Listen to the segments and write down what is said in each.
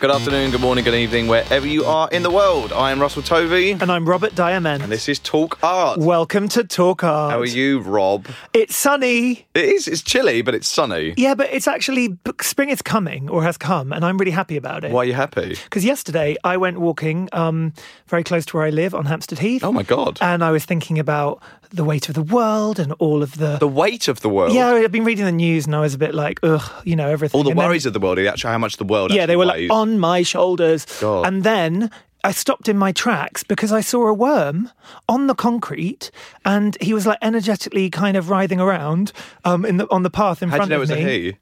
Good afternoon, good morning, good evening, wherever you are in the world. I am Russell Tovey, and And I'm Robert Diamond. this is Talk Art. Welcome to Talk Art. How are you, Rob? It's sunny. It is. It's chilly, but it's sunny. Yeah, but it's actually b- spring is coming or has come, and I'm really happy about it. Why are you happy? Because yesterday I went walking um, very close to where I live on Hampstead Heath. Oh my God! And I was thinking about the weight of the world and all of the. the weight of the world. yeah, I've been reading the news and I was a bit like, ugh, you know, everything. All the And then- worries of the world. Actually, how much the world? yeah, they actually were weighs. like on my shoulders. God. And then I stopped in my tracks because I saw a worm on the concrete, and he was like energetically kind of writhing around um, in the on the path in How do you front know it of was a me. he?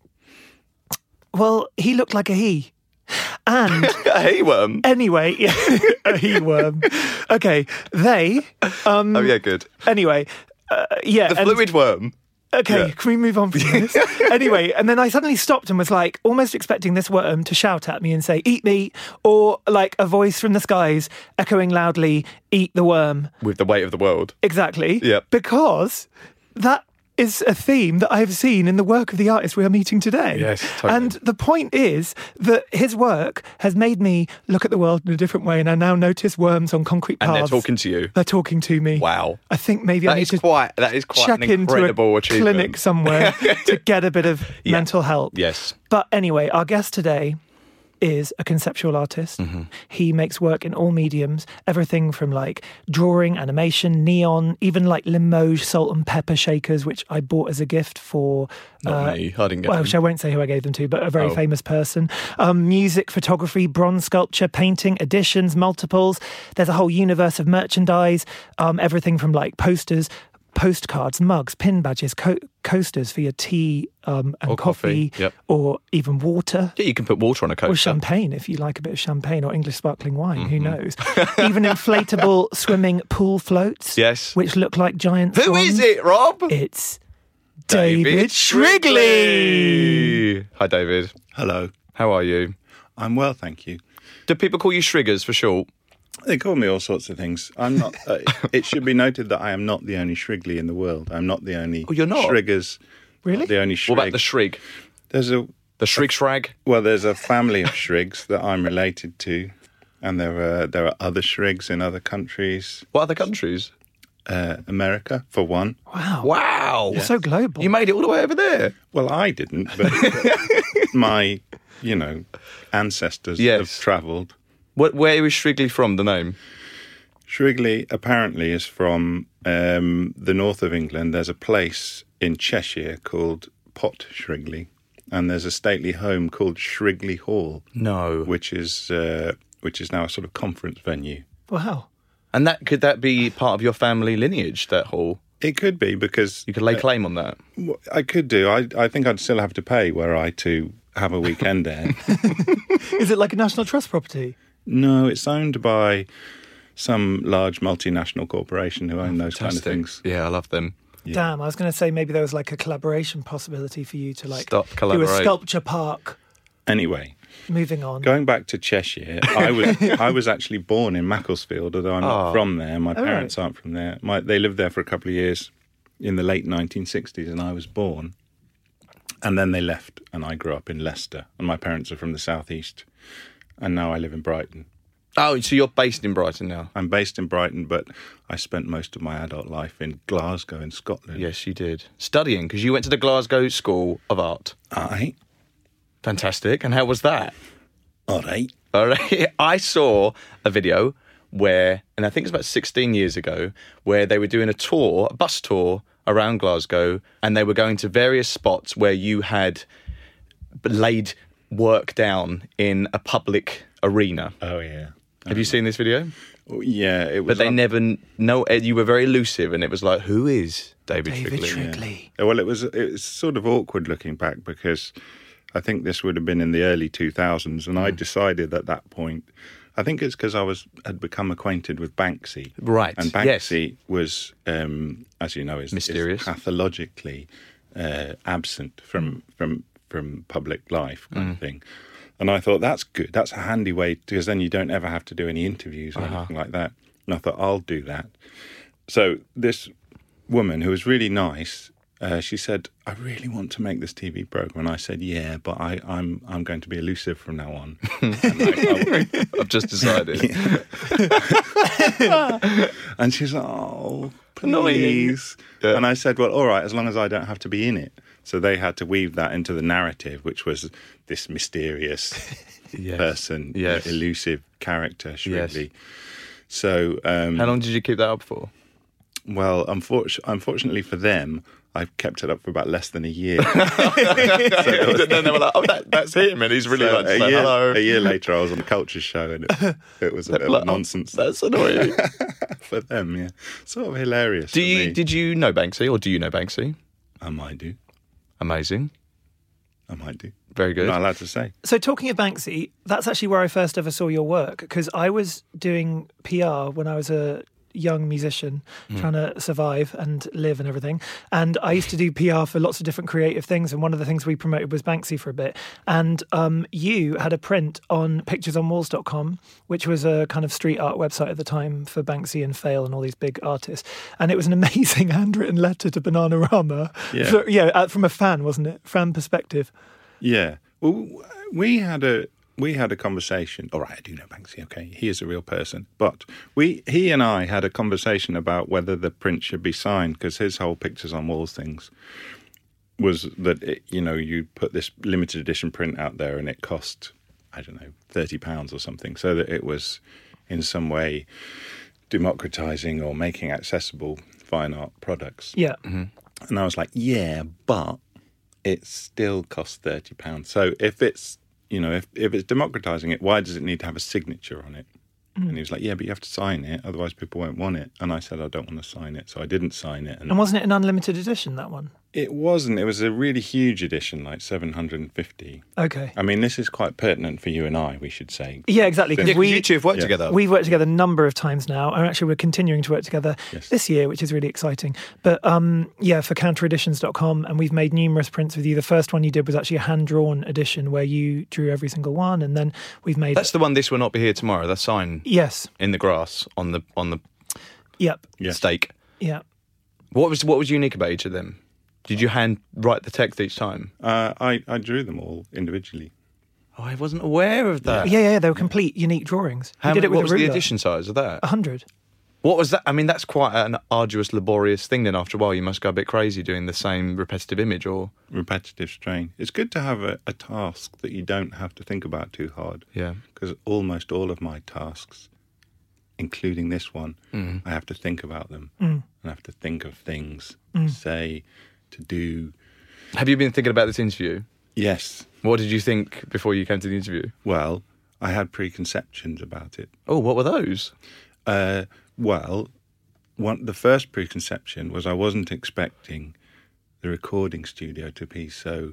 Well, he looked like a he, and a he worm. anyway, yeah, a he worm. Okay, they. Um, oh yeah, good. Anyway. Uh, yeah, The and- fluid worm. Okay, Yeah. can we move on from this? anyway, and then I suddenly stopped and was like, almost expecting this worm to shout at me and say, eat me, or like a voice from the skies echoing loudly, eat the worm. With the weight of the world. Exactly. Yep. Because that is a theme that I've seen in the work of the artist we are meeting today. Yes, totally. And the point is that his work has made me look at the world in a different way, and I now notice worms on concrete And paths. they're talking to you. They're talking to me. Wow. I think maybe I That need is to quite. That is quite check an incredible into a achievement. clinic somewhere to get a bit of mental help. Yes. But anyway, our guest today is a conceptual artist. Mm-hmm. He makes work in all mediums, everything from like drawing, animation, neon, even like Limoges salt and pepper shakers, which I bought as a gift for. uh, Not me. I didn't get Well, them. which I won't say who I gave them to, but a very Oh. famous person. Um, music, photography, bronze sculpture, painting, editions, multiples. There's a whole universe of merchandise, um, everything from like posters, postcards, mugs, pin badges, co- coasters for your tea um, and Or coffee, yep. or even water. Yeah, you can put water on a coaster. Or champagne, if you like a bit of champagne or English sparkling wine, Mm-hmm. who knows? Even inflatable swimming pool floats, Yes. which look like giant. Who swans. is it, Rob? It's David, Shrigley. Hi, David. Hello. How are you? I'm well, thank you. Do people call you Shriggers for short? They call me all sorts of things. I'm not. Uh, it should be noted that I am not the only Shrigley in the world. I'm not the only. Oh, you're not? Shriggers. Really? The only Shrig. What about the Shrig? there's a The Shrig Shrag? well, there's a family of Shrigs that I'm related to, and there are there are other Shrigs in other countries. What other countries? Uh, America, for one. Wow. Wow. You're so global. You made it all the way over there. Well, I didn't, but my, you know, ancestors Yes. have travelled. What, where is Shrigley from, the name? Shrigley apparently is from um, the north of England. There's a place in Cheshire called Pot Shrigley, and there's a stately home called Shrigley Hall, No. which is uh, which is now a sort of conference venue. wow. And that could that be part of your family lineage, that hall? It could be because You could lay claim on that. w- I could do. I I think I'd still have to pay were I to have a weekend there. Is it like a National Trust property? no, it's owned by some large multinational corporation who own those kind of Fantastic. things. Yeah, I love them. Damn, I was going to say maybe there was like a collaboration possibility for you to like Stop, do a collaborate. sculpture park. Anyway, Moving on. Going back to Cheshire, I was I was actually born in Macclesfield, although I'm not from there. My parents aren't from there. My, they lived there for a couple of years in the late 1960s, and I was born. And then they left, and I grew up in Leicester, and my parents are from the southeast, and now I live in Brighton. Oh, so you're based in Brighton now? I'm based in Brighton, but I spent most of my adult life in Glasgow, in Scotland. Yes, you did. Studying, because you went to the Glasgow School of Art. All right. Fantastic. And how was that? All right. All right. I saw a video where, and I think it's about 16 years ago, where they were doing a tour, a bus tour around Glasgow, and they were going to various spots where you had laid work down in a public arena. Oh, yeah. Have you seen this video? Oh, Yeah, it was. But they on- never kn- know. eh, You were very elusive, and it was like, who is David, David Trickley? Shrigley. Yeah, Well, it was it's sort of awkward looking back because I think this would have been in the early 2000s, and Hmm. I decided at that point. I think it's because I was had become acquainted with Banksy, Right, And yes. Banksy was, um, as you know, is, is Mysterious. pathologically uh, absent from from from public life kind of thing. And I thought that's good. That's a handy way because then you don't ever have to do any interviews or anything like that. And I thought I'll do that so this woman who was really nice, uh, she said, "I really want to make this TV program," and I said, "Yeah, but I, I'm I'm going to be elusive from now on." And, like, I- "Oh, I've just decided. and she's like, "Oh, Annoying. please." And I said, "Well, all right, as long as I don't have to be in it." So they had to weave that into the narrative, which was this mysterious person, Yes. elusive character, Yes. Shrigley. So um, How long did you keep that up for? Well, unfortunately, unfortunately for them, I've kept it up for about less than a year. so there was- then they were like, oh, that, that's him, and he's really so like, a, saying, year, hello. a year later, I was on the culture show, and it, it was a bit of Like, a oh, nonsense That's annoying. for them. Yeah, sort of hilarious. do for you me. did you know Banksy, or do you know Banksy? I might do. Amazing, I might do. very good. Not allowed to say. So talking of Banksy, that's actually where I first ever saw your work because I was doing PR when I was a young musician trying to survive and live and everything. And I used to do PR for lots of different creative things. And one of the things we promoted was Banksy for a bit. And um, you had a print on picturesonwalls.com, which was a kind of street art website at the time for Banksy and Fail and all these big artists. And it was an amazing handwritten letter to Bananarama. Yeah. For- yeah, uh, from a fan, wasn't it? Fan perspective. Yeah. Well, w- we had a we had a conversation. All right, I do know Banksy. Okay, he is a real person, but we he and I had a conversation about whether the print should be signed because his whole pictures on walls things was that it, you know you put this limited edition print out there and it cost I don't know thirty pounds or something, so that it was in some way democratizing or making accessible fine art products. Yeah. And I was like, yeah, but it still costs thirty pounds. So if it's you know if if it's democratizing it, why does it need to have a signature on it? And he was like, yeah, but you have to sign it, otherwise people won't want it. And I said, I don't want to sign it, so I didn't sign it. And And wasn't it an unlimited edition, that one? it wasn't. It was a really huge edition, like seven hundred and fifty. Okay. I mean, this is quite pertinent for you and I, we should say. Yeah, exactly. Yeah, Because 'cause we, you two have worked yeah. together. we've worked together a number of times now, and actually we're continuing to work together this year, which is really exciting. But um, yeah, for countereditions.com, and we've made numerous prints with you. The first one you did was actually a hand-drawn edition where you drew every single one, and then we've made... that's the one. This will not be here tomorrow. That sign yes. in the grass on the on the Yep. Yeah. stake. Yep. What was what was unique about each of them? Did you hand write the text each time? Uh, I I drew them all individually. Oh, I wasn't aware of that. Yeah, yeah, yeah, they were complete, unique drawings. How we did many- it with what a was ruler. the edition size of that? 100. What was that? I mean, that's quite an arduous, laborious thing. Then after a while, you must go a bit crazy doing the same repetitive image. Or repetitive strain. It's good to have a, a task that you don't have to think about too hard. Yeah. Because almost all of my tasks, including this one, Mm. I have to think about them. Mm. I have to think of things to say, to do. have you been thinking about this interview? Yes. What did you think before you came to the interview? Well, I had preconceptions about it. Oh, what were those? Uh, well, one, the first preconception was I wasn't expecting the recording studio to be so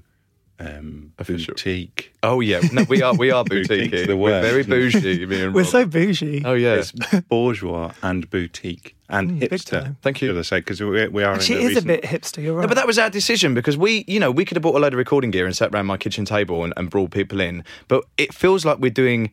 um, Official. boutique. Oh yeah, no, we are we are boutique. Boutique's here. the We're word, very isn't it? bougie. me and We're Rob. so bougie. Oh yeah, Mm, It's bourgeois and boutique and big hipster. time. Thank you. Should I say? Because we, we are. She in the is a recent- bit hipster, you're right. No, but that was our decision because we, you know, we could have bought a load of recording gear and sat around my kitchen table and, and brought people in. But it feels like we're doing,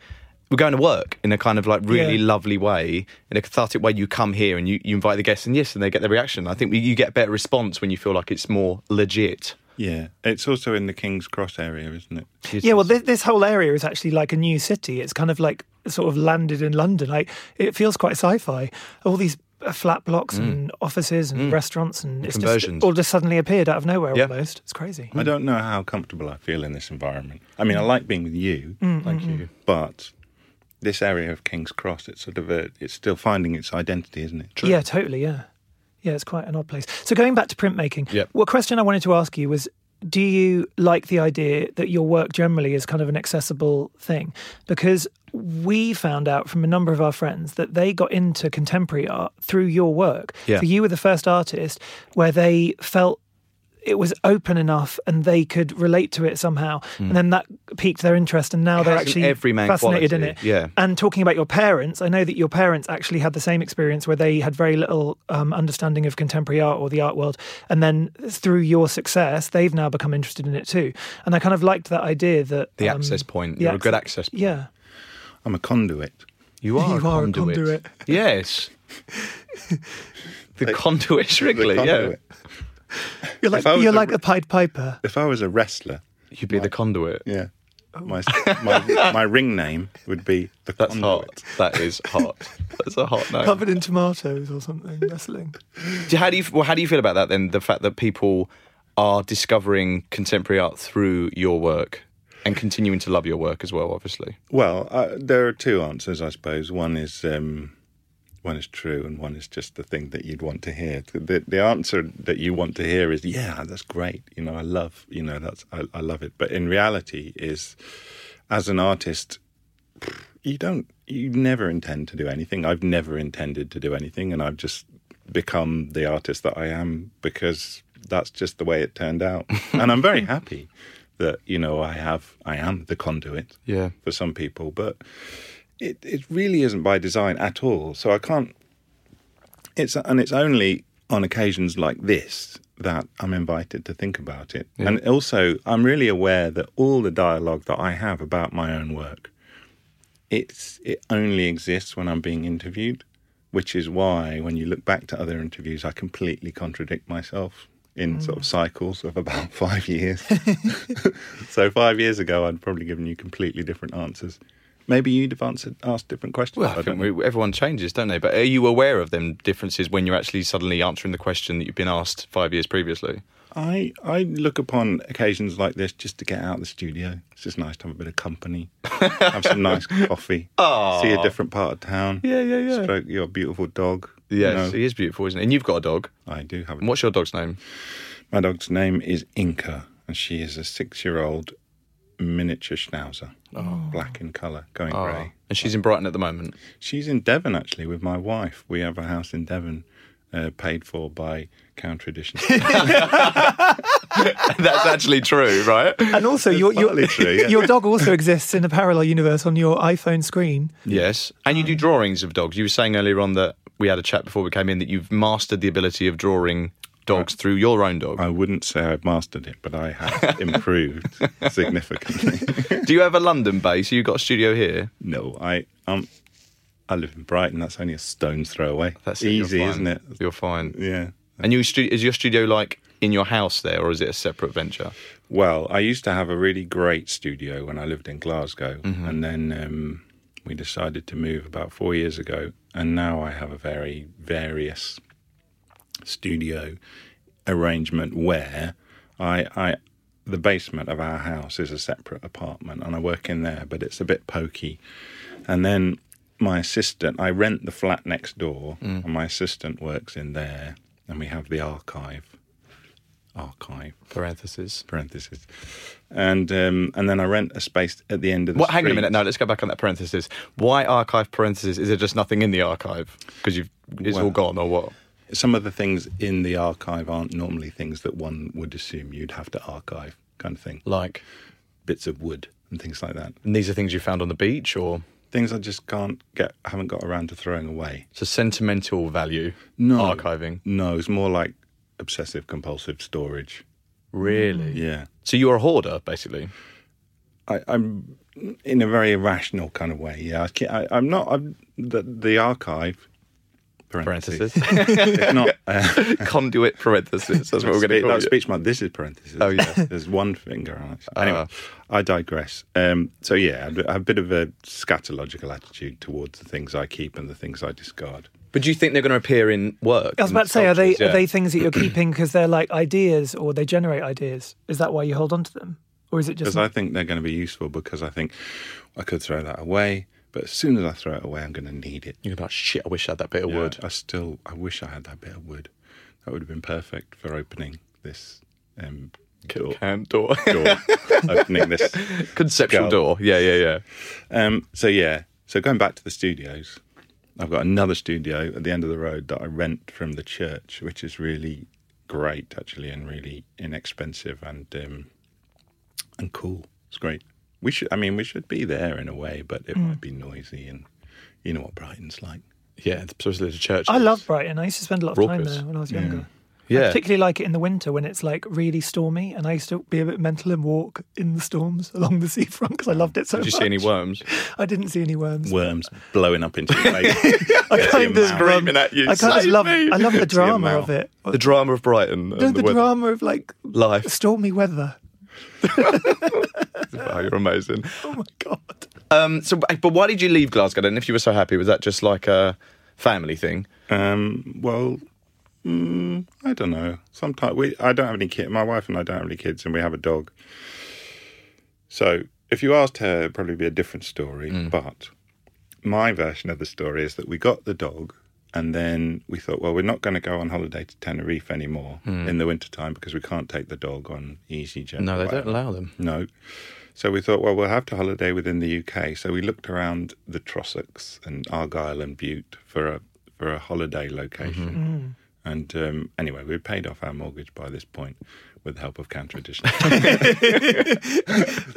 we're going to work in a kind of like really Yeah. lovely way, in a cathartic way. You come here and you, you invite the guests, and yes, and they get the reaction. I think we, you get a better response when you feel like it's more legit. Yeah, it's also in the King's Cross area, isn't it? Yeah, well, this, this whole area is actually like a new city. It's kind of like sort of landed in London. Like it feels quite sci-fi. All these uh, flat blocks and offices and restaurants and it's Mm. Conversions. just all just suddenly appeared out of nowhere Yeah. almost. It's crazy. I don't know how comfortable I feel in this environment. I Mm. mean, I like being with you, Thank you. but this area of King's Cross, it's sort of a, it's still finding its identity, isn't it? Yeah, totally. Yeah, yeah, it's quite an odd place. So going back to printmaking, Yep. what question I wanted to ask you was. Do you like the idea that your work generally is kind of an accessible thing? Because we found out from a number of our friends that they got into contemporary art through your work. Yeah. So you were the first artist where they felt it was open enough and they could relate to it somehow. And then that piqued their interest and now Hmm. It they're has an actually everyman fascinated in it. quality, yeah. And talking about your parents, I know that your parents actually had the same experience where they had very little um, understanding of contemporary art or the art world. And then through your success, they've now become interested in it too. And I kind of liked that idea that The access point. um, the You're a good acce- access point. Yeah. I'm a conduit. You are, You are a conduit. conduit. Yes. the conduit, strictly. The Yeah. conduit. You're If like, I was you're a- like the Pied Piper. If I was a wrestler, You'd be the conduit. yeah, my, my my ring name would be the Oh. That's conduit. hot. That is hot. That's a hot note. Covered in tomatoes or something, wrestling. Do- How do you well, how do you feel about that then? The fact that people are discovering contemporary art through your work and continuing to love your work as well, obviously. Well, uh, there are two answers, I suppose. One is um, one is true, and one is just the thing that you'd want to hear. The, the answer that you want to hear is, "Yeah, that's great. You know, I love. You know, that's I, I love it." But in reality, is as an artist, you don't, you never intend to do anything. I've never intended to do anything, and I've just become the artist that I am because that's just the way it turned out, and I'm very happy that you know I have, I am the conduit Yeah. for some people, but it it really isn't by design at all. So I can't. It's and it's only on occasions like this that I'm invited to think about it, and also I'm really aware that all the dialogue that I have about my own work, it's it only exists when I'm being interviewed, which is why when you look back to other interviews, I completely contradict myself. In sort Mm. of cycles of about five years. so five years ago, I'd probably given you completely different answers. Maybe you'd have answered, asked different questions. Well, I, don't think we, everyone changes, don't they? But are you aware of them differences when you're actually suddenly answering the question that you've been asked five years previously? I, I look upon occasions like this just to get out of the studio. It's just nice to have a bit of company, have some nice coffee, see a different part of town. Yeah, yeah, yeah. Stroke your beautiful dog. you Yes, know. he is beautiful, isn't he? And you've got a dog. I do have a And what's your dog's name? My dog's name is Inca, and she is a six year old miniature schnauzer, Oh. black in colour, going Ah. grey. And she's in Brighton at the moment. She's in Devon actually with my wife. We have a house in Devon, uh, paid for by Counter Edition. That's actually true, right? And also, your, your, partly true, yeah. your dog also exists in a parallel universe on your iPhone screen. Yes. And you do drawings of dogs. You were saying earlier on that we had a chat before we came in that you've mastered the ability of drawing dogs through your own dog. I wouldn't say I've mastered it, but I have improved significantly. Do you have a London base? You got a studio here? no, I um, I live in Brighton. That's only a stone's throw away. That's it, you're easy, fine. isn't it? You're fine. Yeah. And you stu- is your studio like in your house there, or is it a separate venture? Well, I used to have a really great studio when I lived in Glasgow, and then um, we decided to move about four years ago, and now I have a very various studio arrangement where I, I the basement of our house is a separate apartment, and I work in there, but it's a bit pokey. And then my assistant, I rent the flat next door, and my assistant works in there, and we have the archive. Archive Parentheses. parenthesis, and um, and then I rent a space at the end of the. What? Hang on a street. minute. No, let's go back on that parenthesis. Why archive parentheses? Is there just nothing in the archive because you've it's all Well- gone or what? Some of the things in the archive aren't normally things that one would assume you'd have to archive, kind of thing. Like, Bits of wood and things like that. and these are things you found on the beach, or Things I just can't get, haven't got around to throwing away. it's a sentimental value. No archiving. No, it's more like obsessive compulsive storage. Really? Yeah. So you're a hoarder, basically. I, I'm in a very irrational kind of way. Yeah, I, ca- I, I'm not. I'm the, the archive parentheses. Parentheses. It's not uh, Conduit parentheses. That's what we're going to Spe- call that you. speech mark. This is parentheses. Oh, yeah. Uh, there's one finger on it. Anyway, I digress. Um, so yeah, I've- I've a bit of a scatological attitude towards the things I keep and the things I discard. But do you think they're going to appear in work? I was and about to say, are they sculptures? are Yeah. they things that you're keeping because they're like ideas or they generate ideas? Is that why you hold on to them, or is it just Because I think they're going to be useful. Because I think I could throw that away, but as soon as I throw it away, I'm going to need it. You're about shit. I wish I had that bit of Yeah, wood. I still. I wish I had that bit of wood. That would have been perfect for opening this um, door. And door. door opening this Conceptual Girl. door. Yeah, yeah, yeah. Um, so yeah, so going back to the studios, I've got another studio at the end of the road that I rent from the church, which is really great actually, and really inexpensive and um, and cool. It's great. We should, I mean, we should be there in a way, but it might be noisy, and you know what Brighton's like. Yeah, especially the church. I love Brighton. I used to spend a lot of time Raucous. there when I was younger. I Yeah. particularly like it in the winter when it's like really stormy, and I used to be a bit mental and walk in the storms along the seafront because I loved it so Did you much. see any worms? I didn't see any worms. Worms blowing up into your face. I kind of Screaming at you, I kind of "Save love. me!" I love the Into your drama mouth. of it. The drama of Brighton. No, and the weather. drama of like Life. stormy weather. Oh, you're amazing. Oh my god. Um, so, but but why did you leave Glasgow? then? if you were so happy, was that just like a family thing? Um, well, mm, I don't know. Sometimes we, I don't have any kids. My wife and I don't have any kids, and we have a dog. So if you asked her, it'd probably be a different story. But my version of the story is that we got the dog. And then we thought, well, we're not going to go on holiday to Tenerife anymore in the wintertime because we can't take the dog on EasyJet. or whatever. them. No. So we thought, well, we'll have to holiday within the UK. So we looked around the Trossachs and Argyll and Butte for a for a holiday location. And um, anyway, we paid off our mortgage by this point with the help of counter addition.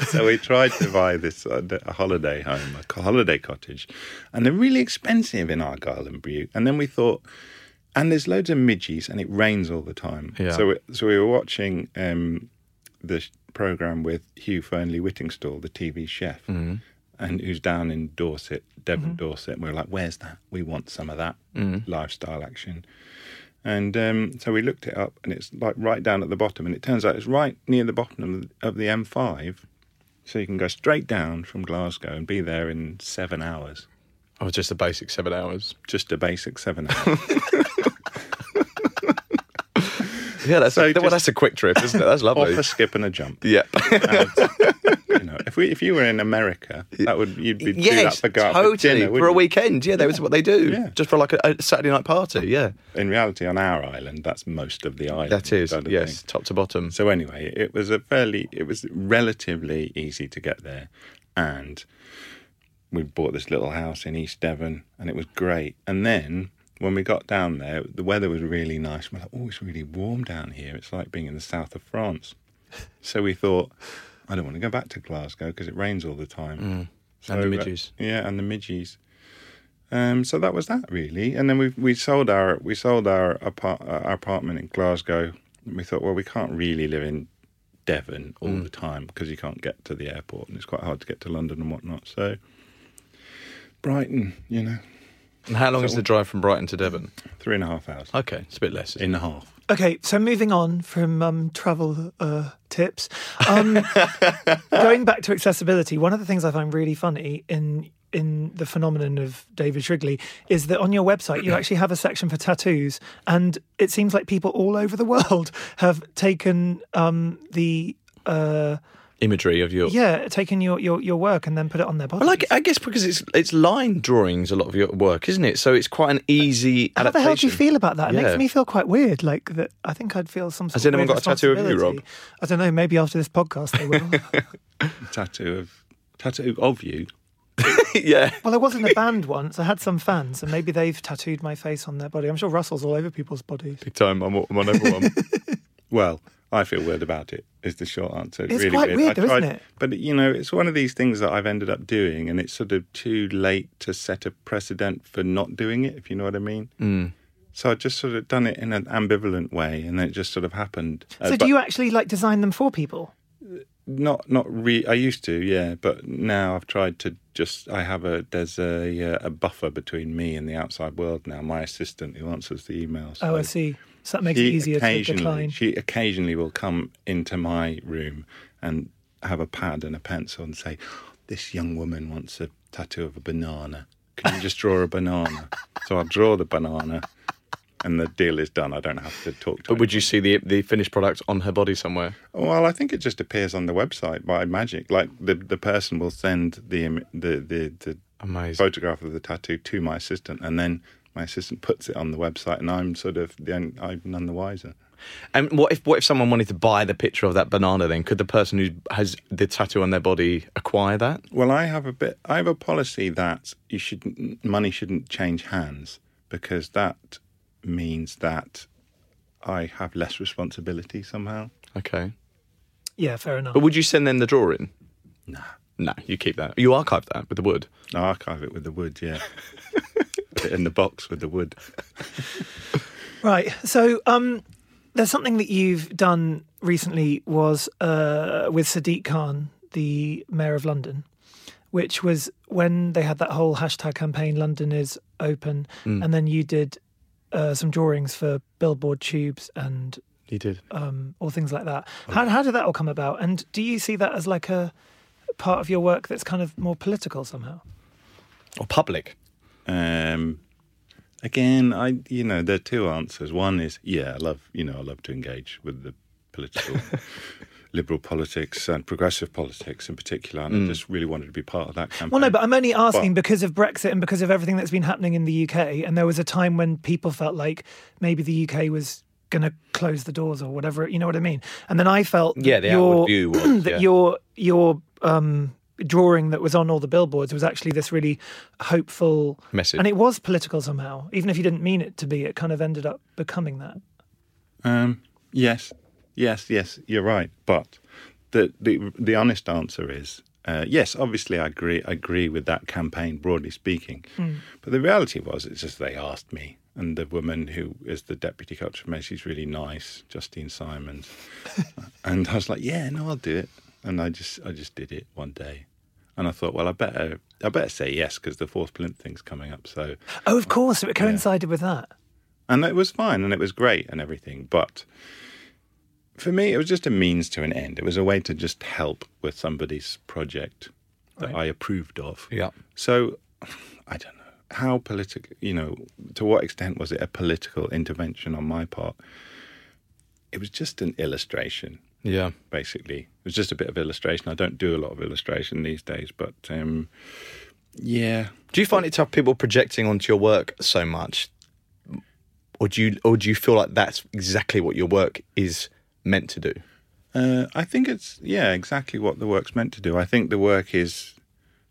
so we tried to buy this uh, a holiday home, a co- holiday cottage, and they're really expensive in Argyll and Butte. And then we thought, and there's loads of midgies, and it rains all the time. Yeah. So we, so we were watching um, the program with Hugh Fernley Whittingstall, the TV chef, and who's down in Dorset, Devon, Dorset. And we were like, "Where's that? We want some of that lifestyle action." And um, so we looked it up, and it's like right down at the bottom. And it turns out it's right near the bottom of the, of the M5, so you can go straight down from Glasgow and be there in seven hours. Oh, just the basic seven hours. Just a basic seven hours. Yeah, that's So a, well, just- that's a quick trip, isn't it? That's off lovely. a skip and a jump. yeah. You know, if we if you were in America, that would you'd be do that yes, for, go out totally. for dinner a wouldn't you? weekend. Yeah, that was what they do. Yeah. Just for like a, a Saturday night party. Yeah. In reality, on our island, that's most of the island. That is, kind of yes, thing. top to bottom. Um, So anyway, it was a fairly, it was relatively easy to get there, and we bought this little house in East Devon, and it was great. And then when we got down there, the weather was really nice. We're like, oh, it's really warm down here. It's like being in the south of France. So we thought, I don't want to go back to Glasgow because it rains all the time. So, And the uh, midges. yeah, and the midges. Um, so that was that really, and then we we sold our we sold our, apart, our apartment in Glasgow. And we thought, well, we can't really live in Devon all Mm. the time because you can't get to the airport, and it's quite hard to get to London and whatnot. So Brighton, you know, And how long is the drive from Brighton to Devon? three and a half hours Okay, it's a bit less. in a half. Okay, so moving on from um, travel uh, tips, um, going back to accessibility, one of the things I find really funny in in the phenomenon of David Shrigley is that on your website you actually have a section for tattoos, and it seems like people all over the world have taken um, the uh, Imagery of your. yeah taken your, your your work and then put it on their body. Well, like I guess because it's it's line drawings a lot of your work, isn't it? So it's quite an easy How the adaptation. hell do you feel about that? It Yeah. makes me feel quite weird. Like that, I think I'd feel some. Sort Has of anyone weird got a tattoo of you, responsibility. I don't know. Maybe after this podcast they will. Tattoo of tattoo of you. yeah. Well, I was in a band once. I had some fans, and maybe they've tattooed my face on their body. I'm sure Russell's all over people's bodies. Big time. I'm, on- I'm on everyone. Well, I feel weird about it. Is the short answer? It's quite I weird though, isn't tried- it? But you know, it's one of these things that I've ended up doing, and it's sort of too late to set a precedent for not doing it. If you know what I mean. So I just sort of done it in an ambivalent way, and then it just sort of happened. Uh, so, but do you actually like design them for people? Not, not re. I used to, yeah, but now I've tried to just I have a there's a uh, a buffer between me and the outside world now. My assistant who answers the emails. Oh, I so see. So that makes she it easier to occasionally- decline. She occasionally will come into my room and have a pad and a pencil and say, "This young woman wants a tattoo of a banana. Can you just draw a banana?" So I draw the banana, and the deal is done. I don't have to talk to. But would you see the the finished product on her body somewhere? Well, I think it just appears on the website by magic. Like the the person will send the im- the the, the Amazing. photograph of the tattoo to my assistant, and then my assistant puts it on the website, and I'm sort of the only, I'm none the wiser. And what if what if someone wanted to buy the picture of that banana? Then could the person who has the tattoo on their body acquire that? Well, I have a bit. I have a policy that you should money shouldn't change hands because that means that I have less responsibility somehow. Okay. Yeah, fair enough. But would you send them the drawing? No. No, you keep that. You archive that with the wood. I archive it with the wood, yeah. Put it in the box with the wood. Right. So um, there's something that you've done recently was uh, with Sadiq Khan, the mayor of London, which was when they had that whole hashtag campaign, London is open, Mm. and then you did uh, some drawings for billboard tubes and He did. um, all things like that. Oh. How, how did that all come about? And do you see that as like a part of your work that's kind of more political somehow? Or public. Um, again, I you know there are two answers. One is yeah, I love you know I love to engage with the political, liberal politics and progressive politics in particular, and I just really wanted to be part of that campaign. Mm. Well, no, but I'm only asking But- because of Brexit and because of everything that's been happening in the UK. And there was a time when people felt like maybe the UK was going to close the doors or whatever. You know what I mean? And then I felt that Yeah, the outward your, view was, that yeah. your your um, drawing that was on all the billboards was actually this really hopeful Message. and it was political somehow. Even if you didn't mean it to be, it kind of ended up becoming that. Um, yes, yes, yes. You're right, but the the the honest answer is uh, yes. Obviously, I agree. I agree with that campaign broadly speaking, but the reality was it's just they asked me. And the woman who is the deputy culture mayor, she's really nice, Justine Simons. and I was like, "Yeah, no, I'll do it." And I just, I just did it one day, and I thought, "Well, I better, I better say yes because the fourth plinth thing's coming up." So Oh, of course, it coincided with that. and it was fine and it was great and everything but for me it was just a means to an end it was a way to just help with somebody's project that i approved of Yeah. so i don't know how political you know to what extent was it a political intervention on my part it was just an illustration Yeah. basically. It was just a bit of illustration. I don't do a lot of illustration these days, but um, yeah, Do you find it tough people projecting onto your work so much, or do you or do you feel like that's exactly what your work is meant to do? Uh, I think it's yeah, exactly what the work's meant to do. I think the work is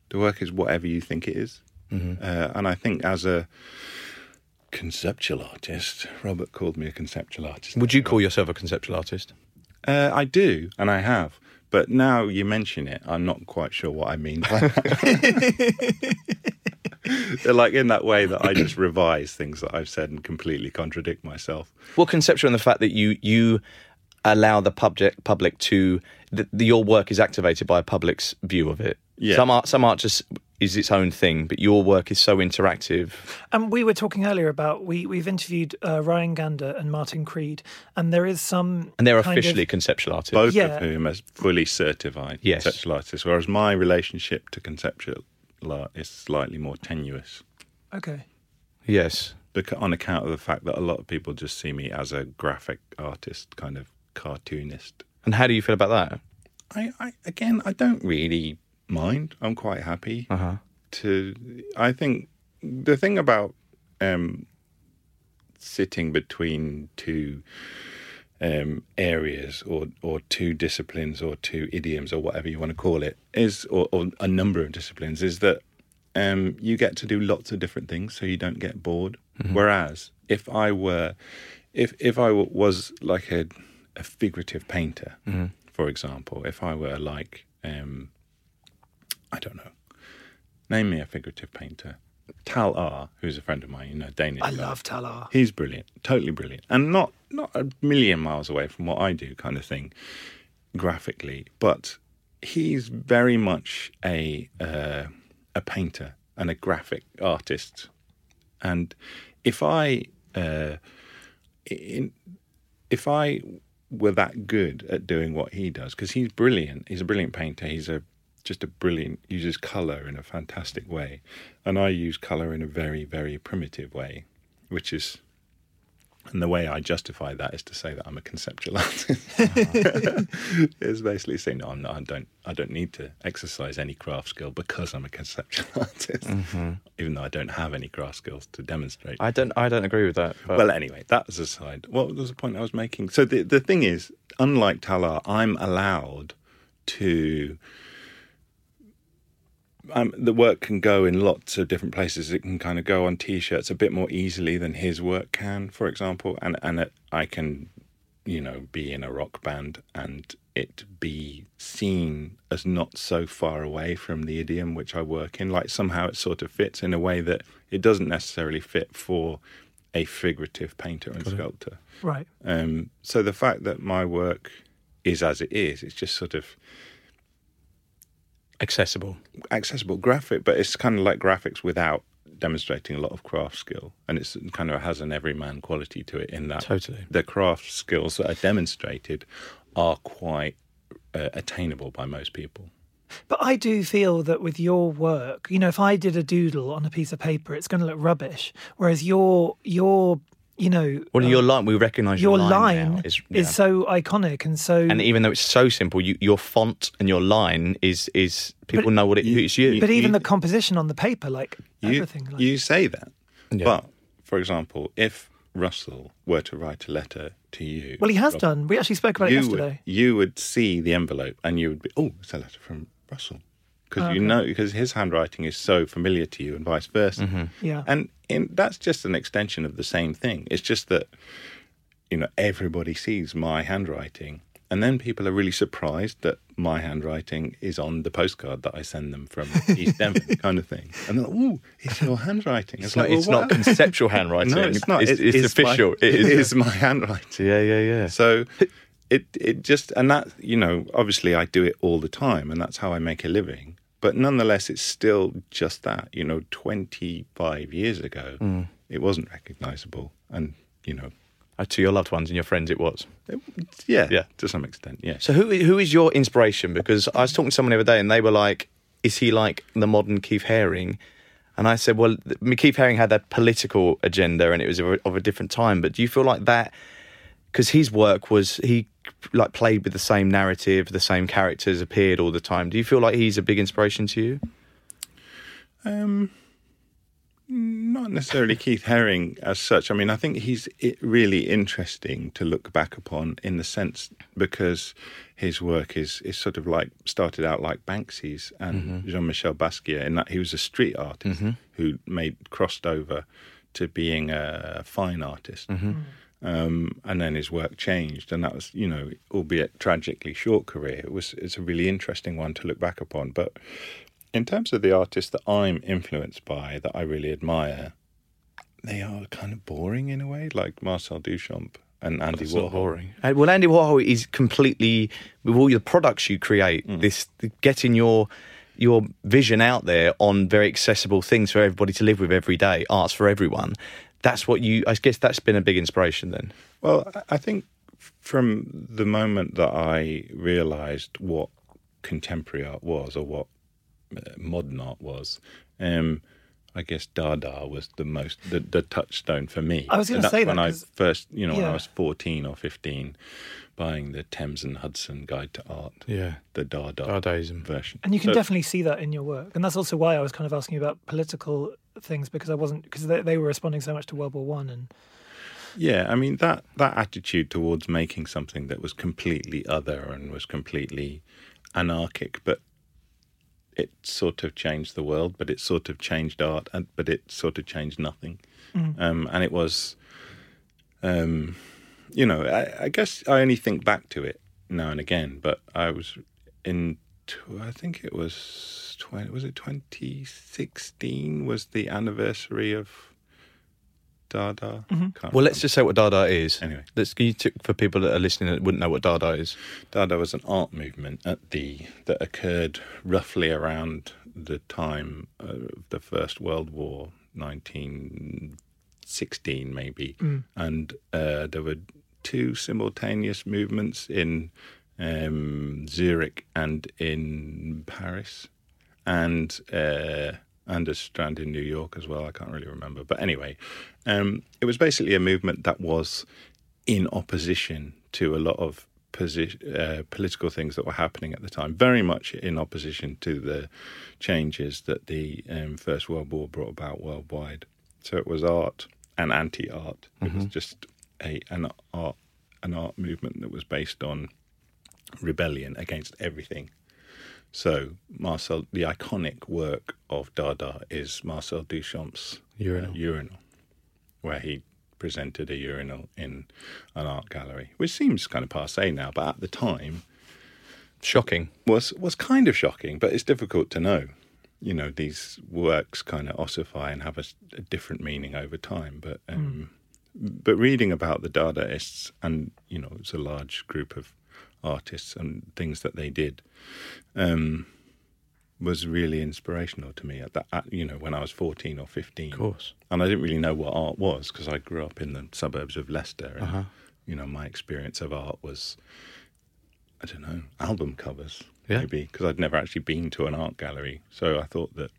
the work is whatever you think it is. uh, and I think as a conceptual artist, Robert called me a conceptual artist. Would you call yourself a conceptual artist? Uh, I do, and I have. But now you mention it, I'm not quite sure what I mean by that. like in that way that I just revise things that I've said and completely contradict myself. Well, conceptual in the fact that you you allow the public public to that the, your work is activated by a public's view of it. Yeah. Some art some art just is its own thing, but your work is so interactive. And we were talking earlier about we we've interviewed uh, Ryan Gander and Martin Creed, and there is some And they're kind of- officially conceptual artists. both Yeah. of whom are fully certified Yes. conceptual artists, whereas my relationship to conceptual art is slightly more tenuous okay. Yes. because, on account of the fact that a lot of people just see me as a graphic artist, kind of cartoonist. And how do you feel about that? I, I again, I don't really mind. I'm quite happy to. I think the thing about um, sitting between two um, areas or or two disciplines or two idioms or whatever you want to call it is, or, or a number of disciplines, is that um, you get to do lots of different things, so you don't get bored. Mm-hmm. Whereas if I were, if if I w- was like a a figurative painter, Mm-hmm. for example, if I were like, um, I don't know, name me a figurative painter. Tal R, who's a friend of mine, you know, Danish. I guy. love Talar. He's brilliant, totally brilliant, and not not a million miles away from what I do, kind of thing, graphically. But he's very much a uh, a painter and a graphic artist. And if I, uh, in, if I were that good at doing what he does, because he's brilliant, he's a brilliant painter. He's a just a brilliant uses color in a fantastic way, and I use color in a very very primitive way, which is. And the way I justify that is to say that I'm a conceptual artist. it's basically saying, no, I'm not, I don't, I don't need to exercise any craft skill because I'm a conceptual artist, even though I don't have any craft skills to demonstrate. I don't. I don't agree with that. But Well, anyway, that was aside. What was the point I was making? So the the thing is, unlike Talar, I'm allowed to. Um, the work can go in lots of different places. It can kind of go on t-shirts a bit more easily than his work can, for example. And and it, I can, you know, be in a rock band and it be seen as not so far away from the idiom which I work in. Like somehow it sort of fits in a way that it doesn't necessarily fit for a figurative painter and sculptor. Right. Um, so the fact that my work is as it is, it's just sort of accessible. accessible graphic, but it's kind of like graphics without demonstrating a lot of craft skill, and it's kind of has an everyman quality to it in that Totally. the craft skills that are demonstrated are quite uh, attainable by most people. But I do feel that with your work, you know, if I did a doodle on a piece of paper, it's going to look rubbish. Whereas your your you know Well, uh, your line. We recognise your line, now line is, yeah. so iconic and so. And even though it's so simple, you, your font and your line is is people know what it, you- it's you. but even you- the composition on the paper, like You, everything, like, you say that, Yeah. but for example, if Russell were to write a letter to you, well, he has Rob, done. We actually spoke about it you yesterday. Would, you would see the envelope and you would be, oh, it's a letter from Russell. Because you know, because his handwriting is so familiar to you, and vice versa. Yeah. and in, that's just an extension of the same thing. It's just that you know everybody sees my handwriting, and then people are really surprised that my handwriting is on the postcard that I send them from East Devon, kind of thing. And they're like, "Ooh, it's your handwriting." it's not, like, it's "Well, not what else?" conceptual handwriting. No, it's not. It's, it's It is my- official. it is. it is my handwriting. Yeah, yeah, yeah. So it it just and that you know obviously I do it all the time and that's how I make a living. But nonetheless, it's still just that. You know, twenty five years ago, Mm. it wasn't recognisable, and you know, Uh, to your loved ones and your friends, it was. it, yeah, Yeah. to some extent, yeah. So who who is your inspiration? Because I was talking to someone the other day, and they were like, "Is he like the modern Keith Haring?" And I said, "Well, th- I mean, Keith Haring had a political agenda, and it was of a, of a different time. But do you feel like that? Because his work was he like played with the same narrative, the same characters appeared all the time. Do you feel like he's a big inspiration to you? Um, not necessarily Keith Haring as such. I mean, I think he's i- really interesting to look back upon in the sense because his work is is sort of like started out like Banksy's and Jean-Michel Basquiat in that he was a street artist who made crossed over to being a fine artist. Um, and then his work changed, and that was, you know, albeit tragically short career. It was, it's a really interesting one to look back upon. But in terms of the artists that I'm influenced by that I really admire, they are kind of boring in a way, like Marcel Duchamp and Andy Warhol. Uh, Well, Andy Warhol is completely with all your products you create. Mm. This getting your your vision out there on very accessible things for everybody to live with every day, arts for everyone. That's what you. I guess that's been a big inspiration then. Well, I- I think from the moment that I realised what contemporary art was or what uh, modern art was, um, I guess Dada was the most the, the touchstone for me. I was gonna And that's say that when I 'cause- first, you know, when yeah. I was fourteen or fifteen, buying the Thames and Hudson Guide to Art, Yeah. the Dada Dadaism. version, And you can So- definitely see that in your work, and that's also why I was kind of asking you about political things because I wasn't because they, they were responding so much to World War One and Yeah, I mean that that attitude towards making something that was completely other and was completely anarchic, but it sort of changed the world, but it sort of changed art, and but it sort of changed nothing. Um, and it was, um, you know, I, I guess I only think back to it now and again, but I was in. tw- I think it was twenty. Was it twenty sixteen? Was the anniversary of Dada? Can't Well, let's just say what Dada is. Anyway. let's can you t- for people that are listening that wouldn't know what Dada is. Dada was an art movement at the that occurred roughly around the time of the First World War, 1916 maybe, and uh, there were two simultaneous movements in um, Zurich and in Paris, and uh, and a strand in New York as well. I can't really remember, but anyway, um, it was basically a movement that was in opposition to a lot of posi- uh, political things that were happening at the time, very much in opposition to the changes that the um, First World War brought about worldwide. So it was art and anti-art. It was just a an art an art movement that was based on rebellion against everything. So Marcel, the iconic work of Dada is Marcel Duchamp's urinal, urinal where he presented a urinal in an art gallery, which seems kind of passe now, but at the time Shocking. was was kind of shocking, but it's difficult to know. You know, these works kind of ossify and have a, s- a different meaning over time. But um, but reading about the Dadaists and you know, it's a large group of artists and things that they did um, was really inspirational to me at that. At, you know, when I was fourteen or fifteen, of course. and I didn't really know what art was because I grew up in the suburbs of Leicester, and Uh-huh. you know, my experience of art was I don't know, album covers, Yeah. maybe, because I'd never actually been to an art gallery. So I thought that,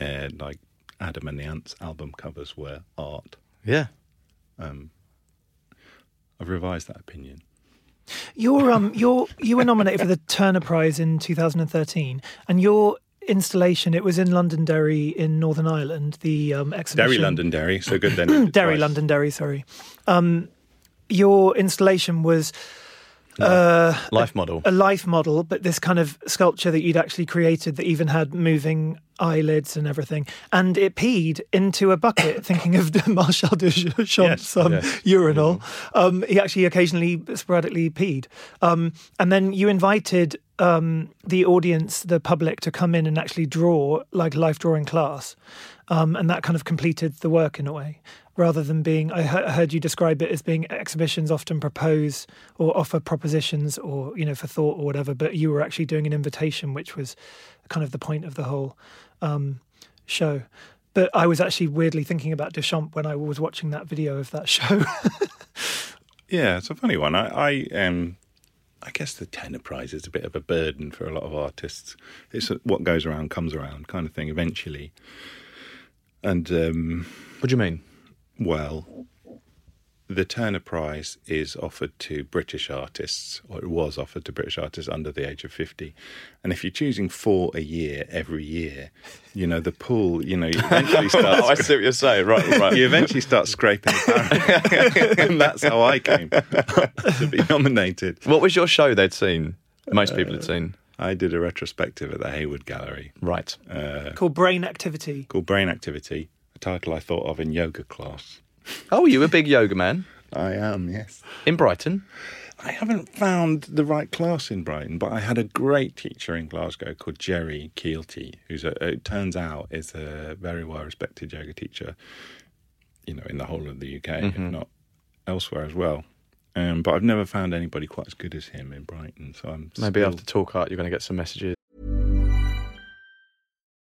uh, like, Adam and the Ants album covers were art. Yeah. I've revised that opinion. You're um you're you were nominated for the Turner Prize in 2013, and your installation it was in Londonderry in Northern Ireland. The um, exhibition Derry, Londonderry, so good then. Derry Twice. Londonderry, sorry. Um, your installation was uh, Life model. a life model, but this kind of sculpture that you'd actually created that even had moving eyelids and everything, and it peed into a bucket. thinking of the Marshal de Champ's um, yes. Mm-hmm. urinal, um, he actually occasionally sporadically peed, um, and then you invited um, the audience, the public, to come in and actually draw like a life drawing class, um, and that kind of completed the work in a way. Rather than being, I he- heard you describe it as being exhibitions often propose or offer propositions or you know for thought or whatever, but you were actually doing an invitation, which was kind of the point of the whole um, show. But I was actually weirdly thinking about Duchamp when I was watching that video of that show. Yeah, it's a funny one. I, I, um, I guess the tenor prize is a bit of a burden for a lot of artists. It's a, what goes around comes around kind of thing eventually. And um, What do you mean? Well, the Turner Prize is offered to British artists, or it was offered to British artists under the age of 50. And if you're choosing four a year every year, you know, the pool, you know, you eventually start, I see what you're saying. Right, right. you eventually start scraping the barrel. and that's how I came to be nominated. What was your show they'd seen? Most people had seen. I did a retrospective at the Hayward Gallery Right. called Brain Activity. called Brain Activity, a title I thought of in yoga class. Oh, you a big yoga man I am, yes. in Brighton? I haven't found the right class in Brighton, but I had a great teacher in Glasgow called Jerry Keelty, who's a, it turns out is a very well respected yoga teacher, you know, in the whole of the UK, if not elsewhere as well. Um, but I've never found anybody quite as good as him in Brighton. So I'm Maybe still- after Talk Art, you're going to get some messages.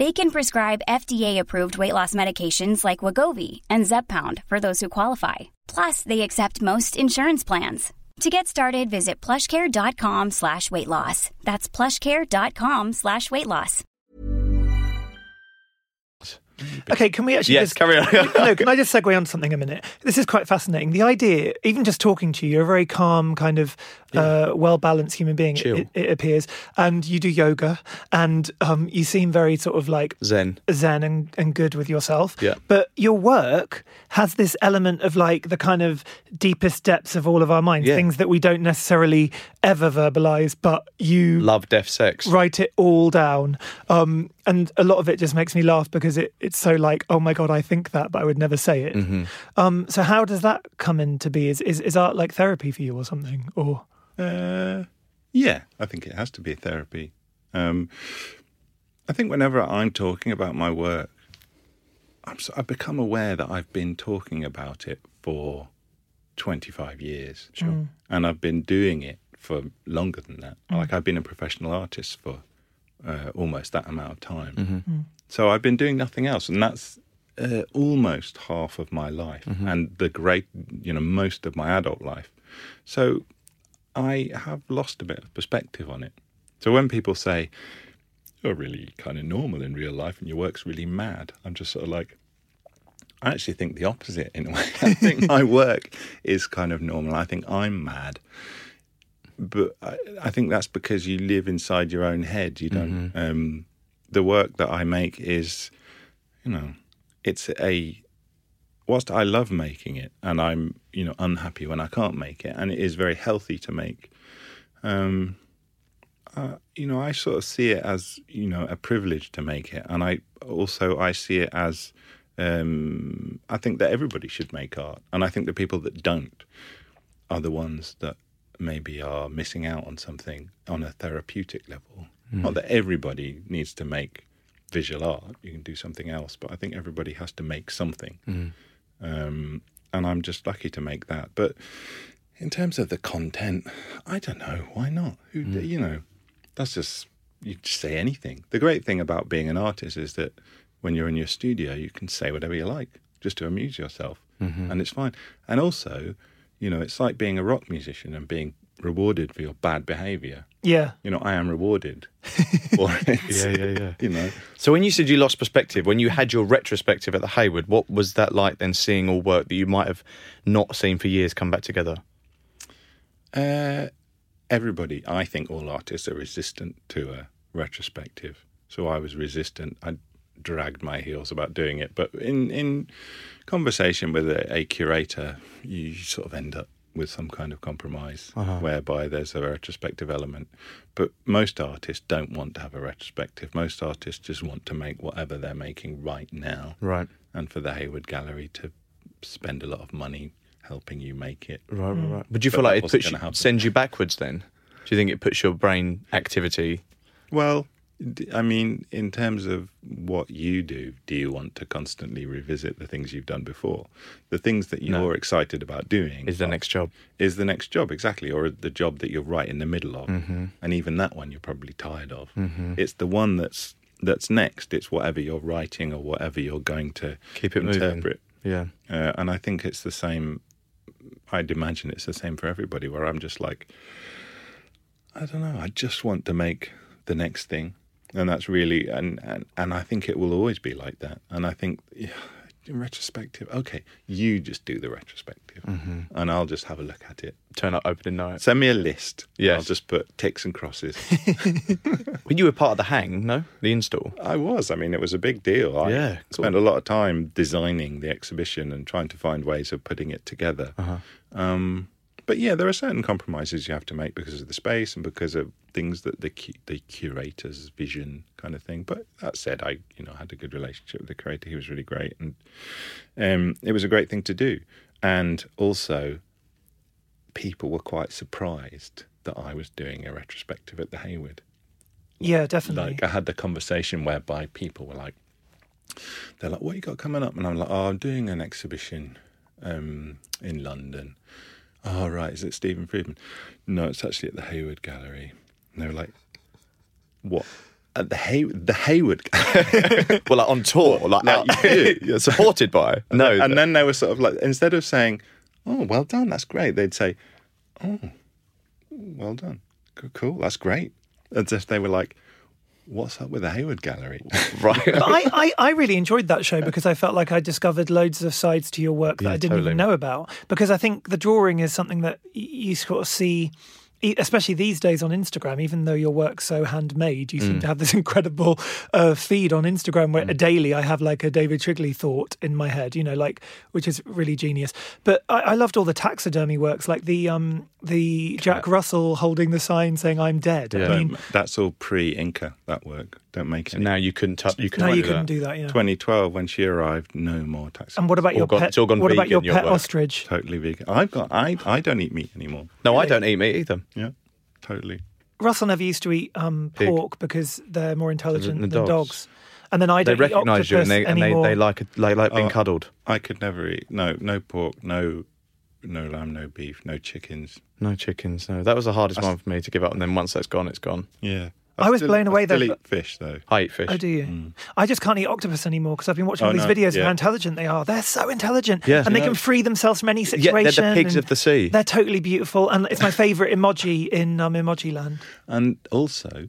They can prescribe FDA-approved weight loss medications like Wagovi and Zepbound for those who qualify. Plus, they accept most insurance plans. To get started, visit plushcare.com slash weight loss. That's plushcare.com slash weight loss. Okay, can we actually Yes, just carry on. no, can I just segue on something a minute? This is quite fascinating. The idea, even just talking to you, you're a very calm kind of uh, well balanced human being, Chill. it, it appears. And you do yoga and um, you seem very sort of like Zen. zen and, and good with yourself. Yeah. But your work has this element of like the kind of deepest depths of all of our minds, Yeah. things that we don't necessarily ever verbalize, but you Love, death, sex. write it all down. Um, and a lot of it just makes me laugh because it, it's so like, oh my God, I think that, but I would never say it. Um, so how does that come into be? Is, is, is art like therapy for you or something? Or Uh, yeah, I think it has to be therapy. Um, I think whenever I'm talking about my work, I'm so, I've become aware that I've been talking about it for 25 years. Sure. And I've been doing it for longer than that. Like, I've been a professional artist for uh, almost that amount of time. So I've been doing nothing else. And that's uh, almost half of my life and the great, you know, most of my adult life. So I have lost a bit of perspective on it. So when people say, you're really kind of normal in real life and your work's really mad, I'm just sort of like, I actually think the opposite in a way. I think my work is kind of normal. I think I'm mad. But I, I think that's because you live inside your own head. You don't. Um, the work that I make is, you know, it's a whilst I love making it and I'm, you know, unhappy when I can't make it, and it is very healthy to make, um, uh, you know, I sort of see it as, you know, a privilege to make it. And I also, I see it as, um, I think that everybody should make art. And I think the people that don't are the ones that maybe are missing out on something on a therapeutic level. Not that everybody needs to make visual art, you can do something else, but I think everybody has to make something um, and I'm just lucky to make that. But in terms of the content, I don't know why not. Who d you know, that's just you just say anything. The great thing about being an artist is that when you're in your studio, you can say whatever you like just to amuse yourself, and it's fine. And also, you know, it's like being a rock musician and being rewarded for your bad behavior. yeah, You know, I am rewarded for it. yeah, yeah, yeah. You know, So when you said you lost perspective, when you had your retrospective at the Hayward, what was that like then seeing all work that you might have not seen for years come back together? Uh, everybody, I think all artists are resistant to a retrospective. So I was resistant. I dragged my heels about doing it. But in, in conversation with a, a curator, you sort of end up with some kind of compromise whereby there's a retrospective element. But most artists don't want to have a retrospective. Most artists just want to make whatever they're making right now Right. and for the Hayward Gallery to spend a lot of money helping you make it. Right, right, right. But do you But feel that like it wasn't puts you, gonna happen. sends you backwards then? Do you think it puts your brain activity? Well, d- I mean, in terms of what you do, do you want to constantly revisit the things you've done before? The things that you're excited about doing Is the next job? is the next job, exactly, or the job that you're right in the middle of. Mm-hmm. And even that one you're probably tired of. It's the one that's that's next. It's whatever you're writing or whatever you're going to Keep it moving. interpret. Yeah. Uh, and I think it's the same. I'd imagine it's the same for everybody. Where I'm just like, I don't know. I just want to make the next thing, and that's really and and, and I think it will always be like that. And I think yeah, in retrospective, okay, you just do the retrospective, and I'll just have a look at it. Turn up opening night. Send me a list. Yes. I'll just put ticks and crosses. Well, you were part of the hang, no? The install. I was. I mean, it was a big deal. I Yeah, cool. spent a lot of time designing the exhibition and trying to find ways of putting it together. Um, but yeah, there are certain compromises you have to make because of the space and because of things that the cu- the curator's vision kind of thing. But that said, I you know had a good relationship with the curator. He was really great, and um, it was a great thing to do. And also, people were quite surprised that I was doing a retrospective at the Hayward yeah, definitely. like I had the conversation whereby people were like, they're like, "What you got coming up?" And I'm like, "Oh, I'm doing an exhibition um, in London." Oh, right, is it Stephen Friedman? No, it's actually at the Hayward Gallery. And they were like, "What?" At the Hay the Hayward. Well, like on tour, like, Like out- you do. Yeah, supported by. No. and then they were sort of like, instead of saying, "Oh, well done, that's great," they'd say, "Oh, well done, C- cool, that's great," as if they were like, "What's up with the Hayward Gallery?" right. But I, I, I really enjoyed that show because I felt like I discovered loads of sides to your work that I didn't even know about. Because I think the drawing is something that y- you sort of see e- especially these days on Instagram, even though your work's so handmade, you Mm. seem to have this incredible uh, feed on Instagram where daily I have like a David Trigley thought in my head, you know, like which is really genius. But I, I loved all the taxidermy works, like the um the Jack Russell holding the sign saying "I'm dead." I But mean, that's all pre-Inca. That work. Don't make it. Now you couldn't touch. You couldn't no, you do couldn't that. do that. Yeah. 2012 when she arrived, no more taxis. And what about All your gone- pet? it's all gone what about your vegan, your pet work. ostrich? Totally vegan. I've got. I I don't eat meat anymore. No, I don't eat meat either. Yeah, totally. Russell never used to eat um, Pig. pork because they're more intelligent Than than the dogs. dogs. And then I They don't eat recognise you and they, octopus and they, anymore. they like they like being Oh. cuddled. I could never eat. No, no pork. No, no lamb. No beef. No chickens. No chickens. No, that was the hardest one for me to give up. And then once that's gone, it's gone. Yeah. I was still- blown away I still though, eat but- fish though. I eat fish. Oh, do you? Mm. I just can't eat octopus anymore because I've been watching Oh, all these no. videos of how Yeah. intelligent they are. They're so intelligent, Yeah. and they Yeah. can free themselves from any Yeah, situation. they're the pigs and of the sea. They're totally beautiful, and it's my favourite emoji in um, Emoji Land. And also, do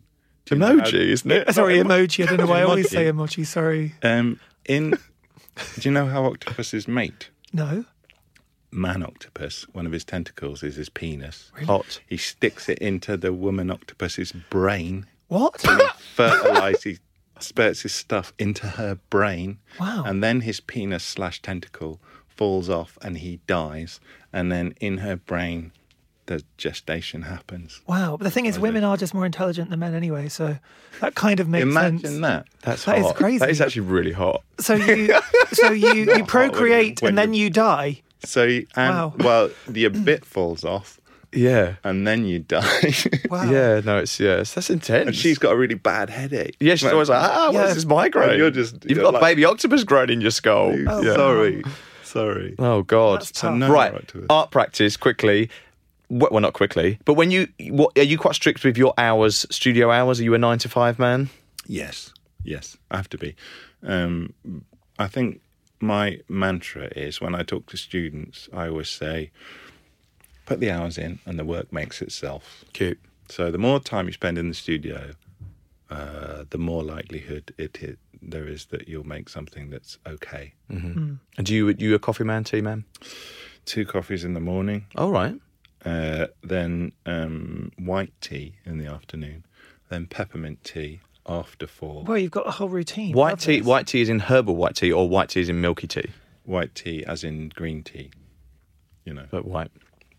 you know how- Emoji, isn't it? Oh, sorry, emoji. I don't know why I always Emoji. say emoji. Sorry, Um, in do you know how octopuses mate? no. Man octopus, one of his tentacles is his penis. Hot. He sticks it into the woman octopus's brain. What? fertilize, he spurts his stuff into her brain. Wow. And then his penis slash tentacle falls off and he dies. And then in her brain, the gestation happens. wow. But the thing is, women are just more intelligent than men anyway, so that kind of makes Imagine sense. that. That's That is hot. crazy. That is actually really hot. So you, so you, you procreate when and then you- you die. So, he- and, Wow. well, the bit falls off Yeah. and then you die. Wow. Yeah. No, it's yeah. It's, that's intense. and she's got a really bad headache. Yeah, she's always like, ah, Yeah. what's this migraine? And you're just- you've you're got like- baby octopus growing in your skull. Yeah. sorry. Sorry. Oh God! Oh, That's So tough. no right, more activists. art practice quickly. Wh- Well, not quickly, but when you, what, are you quite strict with your hours, studio hours? Are you a nine to five man? Yes, yes, I have to be. Um, I think my mantra is when I talk to students, I always say, put the hours in and the work makes itself. Cute. So the more time you spend in the studio, uh, the more likelihood it, it there is that you'll make something that's okay. And you, you a coffee man, tea man? Two coffees in the morning, All right. uh, then um, white tea in the afternoon, then peppermint tea after four. Well, you've got a whole routine. White Love tea. this. White tea is in herbal white tea, or white tea is in milky tea, White tea, as in green tea. You know, but white.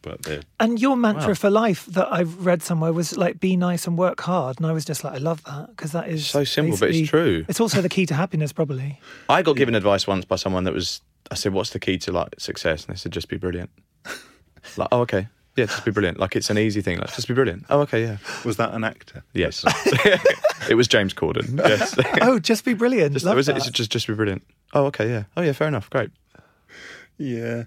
but they're And your mantra for life that I've read somewhere was like, be nice and work hard. And I was just like, I love that because that is So simple, but it's basically- true. It's also the key to happiness, probably. I got given advice once by someone that was. I said, "What's the key to like success?" And they said, "Just be brilliant." like, oh, okay, yeah, just be brilliant. Like it's an easy thing. Like, just be brilliant. Oh, okay, yeah, Was that an actor? yes. it was James Corden. Yes. Oh, just be brilliant. Just, love was it, that. is it just just be brilliant? Oh, okay, yeah. Oh, yeah, fair enough. Great. Yeah.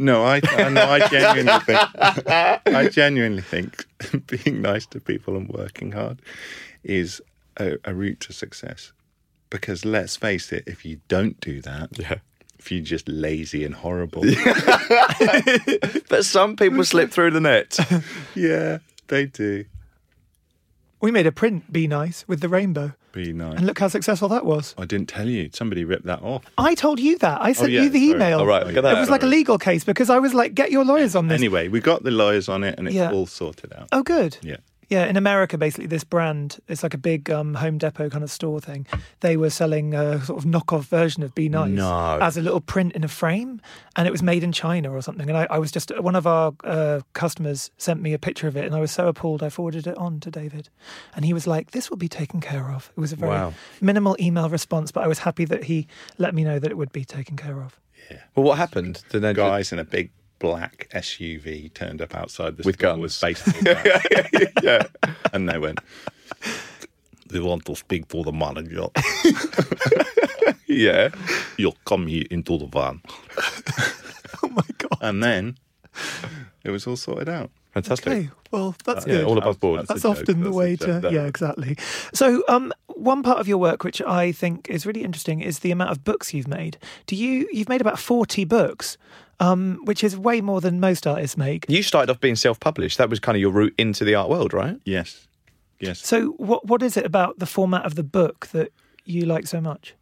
No, I, I no, I genuinely think I genuinely think being nice to people and working hard is a, a route to success. Because let's face it, if you don't do that, Yeah. if you're just lazy and horrible, But some people slip through the net. yeah, they do. We made a print, Be Nice, with the rainbow. Be nice. And look how successful that was. I didn't tell you. Somebody ripped that off. Oh, I told you that. I sent yeah, you the sorry. email. Oh, All right, look at It that. was like a legal case because I was like, get your lawyers on this. Anyway, we got the lawyers on it, and it's Yeah. all sorted out. Oh, good. Yeah. Yeah, in America, basically, this brand, it's like a big um, Home Depot kind of store thing. They were selling a sort of knockoff version of Be Nice No. as a little print in a frame, and it was made in China or something. And I, I was just, one of our uh, customers sent me a picture of it, and I was so appalled, I forwarded it on to David. And he was like, This will be taken care of. It was a very Wow. minimal email response, but I was happy that he let me know that it would be taken care of. Well, what happened? Did they Guys in a big black SUV turned up outside the With store guns. with baseball bats. yeah, and they went. They want to speak to the manager. yeah. You'll come here into the van, Oh my God. and then it was all sorted out. Fantastic. Okay, well, that's Yeah, good. all above board. That's a joke, often the that's a way to joke, that yeah, is. exactly. So, um, one part of your work which I think is really interesting is the amount of books you've made. Do you you've made about forty books, um, which is way more than most artists make. You started off being self published. That was kind of your route into the art world, right? Yes, yes. So, what what is it about the format of the book that you like so much?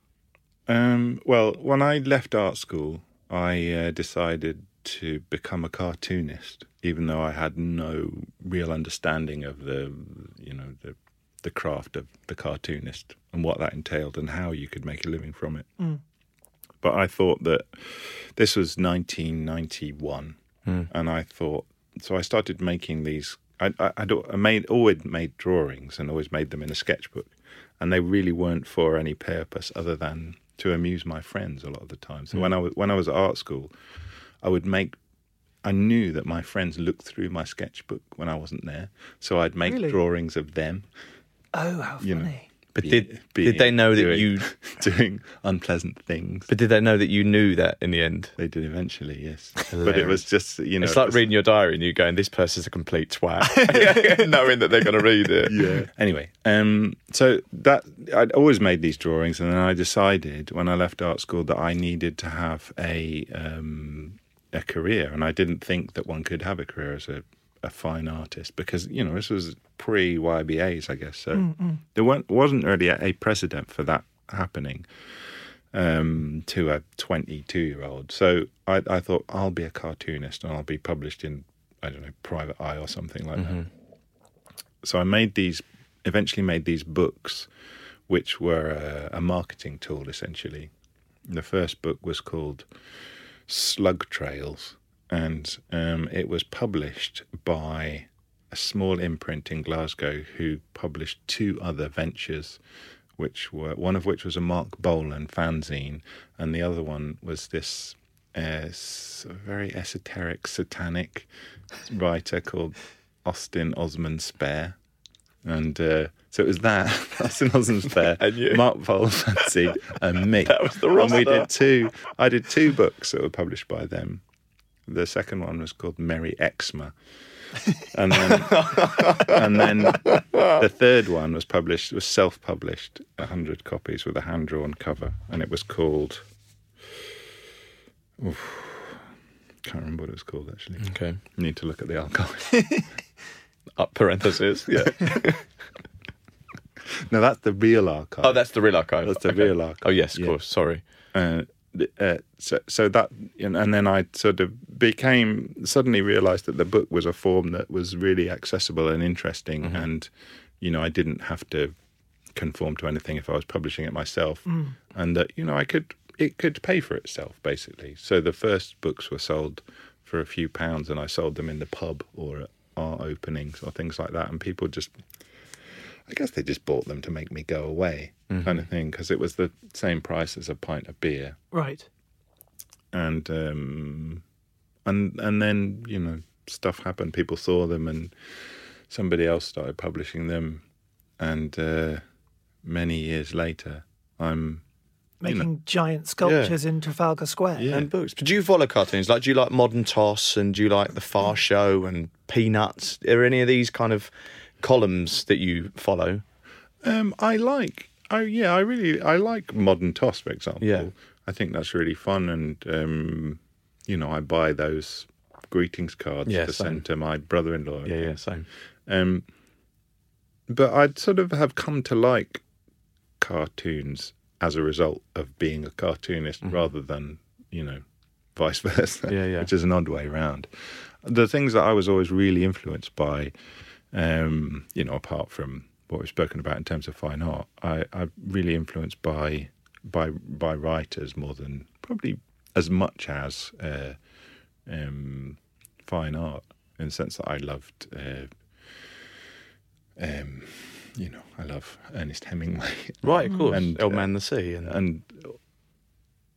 Um, well, when I left art school, I uh, decided to become a cartoonist, even though I had no real understanding of the, you know, the, the craft of the cartoonist and what that entailed and how you could make a living from it. But I thought that this was 1991, Hmm. and I thought so. I started making these. I, I, I'd al- I made always made drawings and always made them in a sketchbook, and they really weren't for any purpose other than to amuse my friends a lot of the time. Hmm. So when I was when I was at art school, I would make. I knew that my friends looked through my sketchbook when I wasn't there, so I'd make Really? drawings of them Oh, how funny. You know. But be- did being- did they know that doing- you? doing unpleasant things? But did they know that you knew that in the end? They did eventually, yes. But it was just you know, it's it like was- reading your diary and you going, "This person's a complete twat," knowing that they're going to read it. Yeah. Anyway, um, so that I'd always made these drawings, and then I decided when I left art school that I needed to have a um, a career, and I didn't think that one could have a career as a, a fine artist because you know this was pre YBAs, I guess. So there weren't, wasn't really a, a precedent for that happening um, to a 22 year old. So I, I thought I'll be a cartoonist and I'll be published in I don't know Private Eye or something like that so I made these, eventually made these books, which were uh, a, a marketing tool essentially. The first book was called Slug Trails, and um, it was published by a small imprint in Glasgow who published two other ventures, which were one of which was a Mark Bolan fanzine, and the other one was this. Uh, s- very esoteric, satanic writer called Austin Osman Spare. And uh, so it was that, Austin Osman Spare, And you. Mark Bolan fanzine, and me. That was the And roster. we did two. I did two books that were published by them. The second one was called Merry Exma, and then, and then the third one was published was self published, hundred copies with a hand drawn cover, and it was called. Oof. can't remember what it was called actually. Okay. Need to look at the archive. Up parenthesis. Yeah. no, that's the real archive. oh, that's the real archive. That's the Okay. real archive, Oh yes, of yeah. course. Sorry. uh, th- uh, so, so that and, and then I sort of became suddenly realised that the book was a form that was really accessible and interesting, and you know I didn't have to conform to anything if I was publishing it myself, and that you know I could it could pay for itself basically. So the first books were sold for a few pounds, and I sold them in the pub or at art openings or things like that, and people just I guess they just bought them to make me go away, kind of thing, because it was the same price as a pint of beer, Right. and um, and and then you know stuff happened. People saw them, and somebody else started publishing them, and uh, many years later, I'm Making giant sculptures in Trafalgar Square. And books. Do you follow cartoons? Like, do you like Modern Toss and do you like The Far Show and Peanuts? Are any of these kind of columns that you follow? Um, I like. Oh yeah, I really I like modern toss, for example. Yeah. I think that's really fun, and um, you know, I buy those greetings cards Yeah, to same. send to my brother-in-law. same. Um, but I'd sort of have come to like cartoons as a result of being a cartoonist rather than, you know, vice versa, Mm-hmm. Yeah, yeah. which is an odd way round. The things that I was always really influenced by, um, you know, apart from what we've spoken about in terms of fine art, I, I'm really influenced by by by writers more than probably as much as uh, um, fine art in the sense that I loved uh, um, you know, I love Ernest Hemingway Right, of course. And, Old uh, Man and the Sea. And, and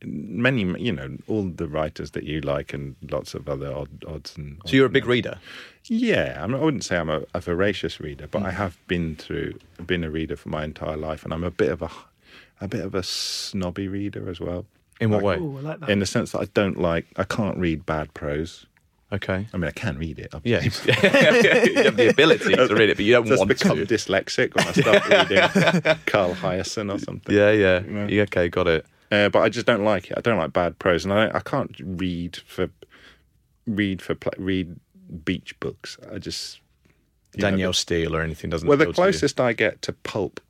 many, you know, all the writers that you like and lots of other odd, odds and. so you're a big reader? Yeah, I, mean, I wouldn't say I'm a, a voracious reader, Hmm. but I have been through, been a reader for my entire life, and I'm a bit of a, a bit of a snobby reader as well. In what way? Ooh, I like that. In the sense that I don't like, I can't read bad prose. Okay. I mean, I can read it. obviously, Yes. you have the ability to read it, but you don't Just want become to. dyslexic when I start reading Carl Hyacin or something. yeah, yeah, yeah. Okay, got it. uh, but I just don't like it. I don't like bad prose, and I don't, I can't read for read for pla read beach books. I just you know, Danielle Steele or anything doesn't well, the appeal to you. closest I get to pulp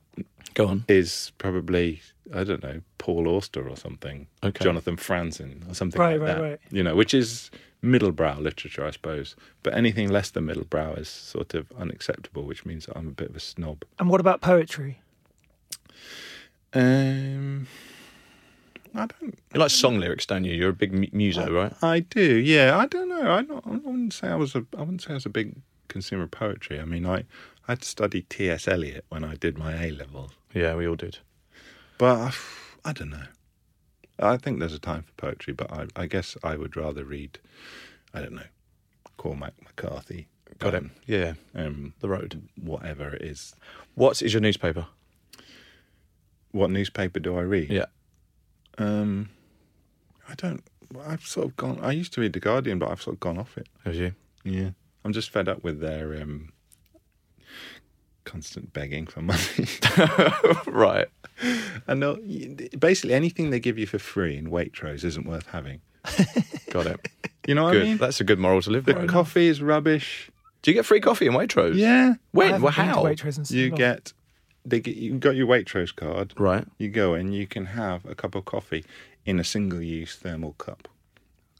Go on. is probably I don't know Paul Auster or something, Okay. Jonathan Franzen or something Right, like right, that. right. You know, which is middlebrow literature, I suppose. But anything less than middlebrow is sort of unacceptable, which means that I'm a bit of a snob. And what about poetry? Um, I don't. You like song lyrics, don't you? You're a big mu- muso, right? I do. Yeah, I don't know. I, not, I wouldn't say I was a. I wouldn't say I was a big consumer of poetry. I mean, I I studied T. S. Eliot when I did my A levels. Yeah, we all did. But I, I don't know. I think there's a time for poetry, but I, I guess I would rather read, I don't know, Cormac McCarthy. Got um, it. Yeah. Um, The road. whatever it is. What is your newspaper? What newspaper do I read? Yeah. Um, I don't. I've sort of gone. I used to read the Guardian, but I've sort of gone off it. It was you. Yeah. I'm just fed up with their um, constant begging for money. right. and they'll- basically anything they give you for free in Waitrose isn't worth having. Got it. You know what Good. I mean? That's a good moral to live The by. coffee is rubbish. Do you get free coffee in Waitrose? Yeah. I When? haven't Well, been to how? Waitrose in so You long. get they get you got your Waitrose card. Right. You go in, you can have a cup of coffee in a single use thermal cup.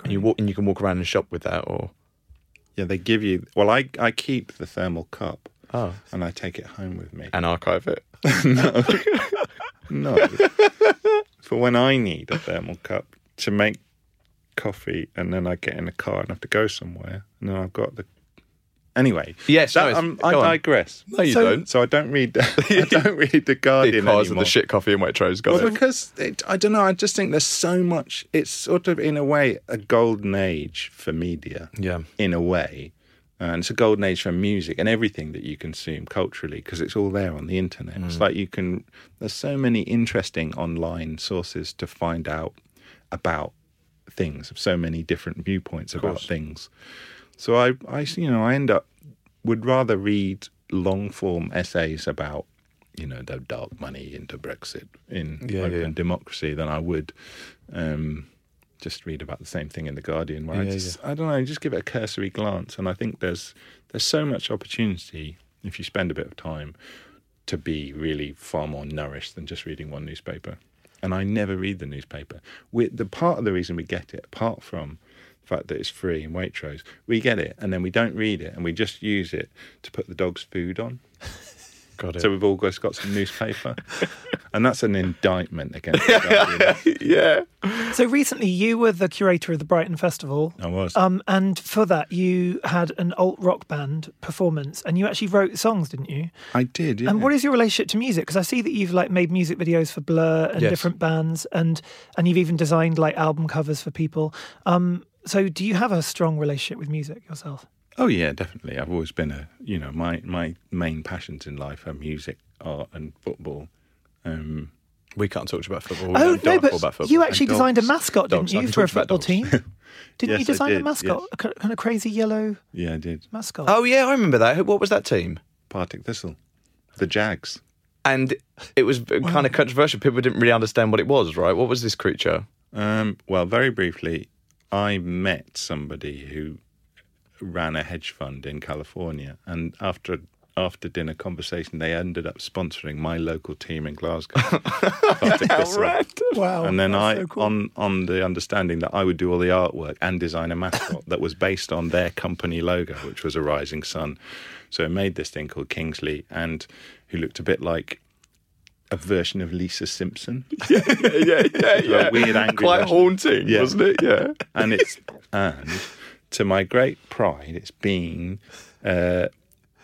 And you walk, and you can walk around and shop with that, or Yeah, they give you well I I keep the thermal cup. Oh. And I take it home with me. and archive it. No. For when I need a thermal cup to make coffee and then I get in a car and have to go somewhere and then I've got the Anyway, Yes, no, that, it's- um, I go on. digress. No, you so, don't. So I don't read. I don't read the Guardian cars and anymore. the shit coffee in Waitrose. Got Well, it. because it, I don't know. I just think there's so much. It's sort of, in a way, a golden age for media. Yeah. In a way. Uh, And it's a golden age for music and everything that you consume culturally because it's all there on the internet. It's Mm. like you can, there's so many interesting online sources to find out about things, so many different viewpoints about things. So I, I, you know, I end up would rather read long form essays about, you know, the dark money into Brexit in Yeah, open yeah. democracy than I would um, just read about the same thing in the Guardian. Where I just, I don't know, just give it a cursory glance, and I think there's there's so much opportunity if you spend a bit of time to be really far more nourished than just reading one newspaper. And I never read the newspaper. We, the part of the reason we get it, apart from the fact that it's free in Waitrose, we get it and then we don't read it and we just use it to put the dog's food on. Got it. So we've all just got some newspaper. and that's an indictment against the Guardian. yeah. So recently, you were the curator of the Brighton Festival. I was. Um, and for that, you had an alt rock band performance, and you actually wrote songs, didn't you? I did, yeah. And what is your relationship to music? Because I see that you've like made music videos for Blur and Yes. different bands, and and you've even designed like album covers for people. Um, so do you have a strong relationship with music yourself? Oh yeah, definitely. I've always been a you know my my main passions in life are music, art, and football. Um, We can't talk about football. We oh don't no, talk but about football. you actually dogs. designed a mascot, Dogs. I didn't can you, for a talk about football dogs. team? Didn't Yes, you I design a did, mascot, yes. a ki- kind of crazy yellow yeah, I did. mascot? Oh yeah, I remember that. Who- What was that team? Partick Thistle, the Jags. And it was kind of controversial. People didn't really understand what it was, right? What was this creature? Um, well, very briefly, I met somebody who ran a hedge fund in California, and after after dinner conversation, they ended up sponsoring my local team in Glasgow. Partick Thistle. Oh, wow! and then I, on on the understanding that I would do all the artwork and design a mascot that was based on their company logo, which was a rising sun. So I made this thing called Kingsley, and who looked a bit like a version of Lisa Simpson. yeah, yeah, yeah. weird, angry Quite version. haunting, Yeah. wasn't it? Yeah. and it's and to my great pride, it's been uh,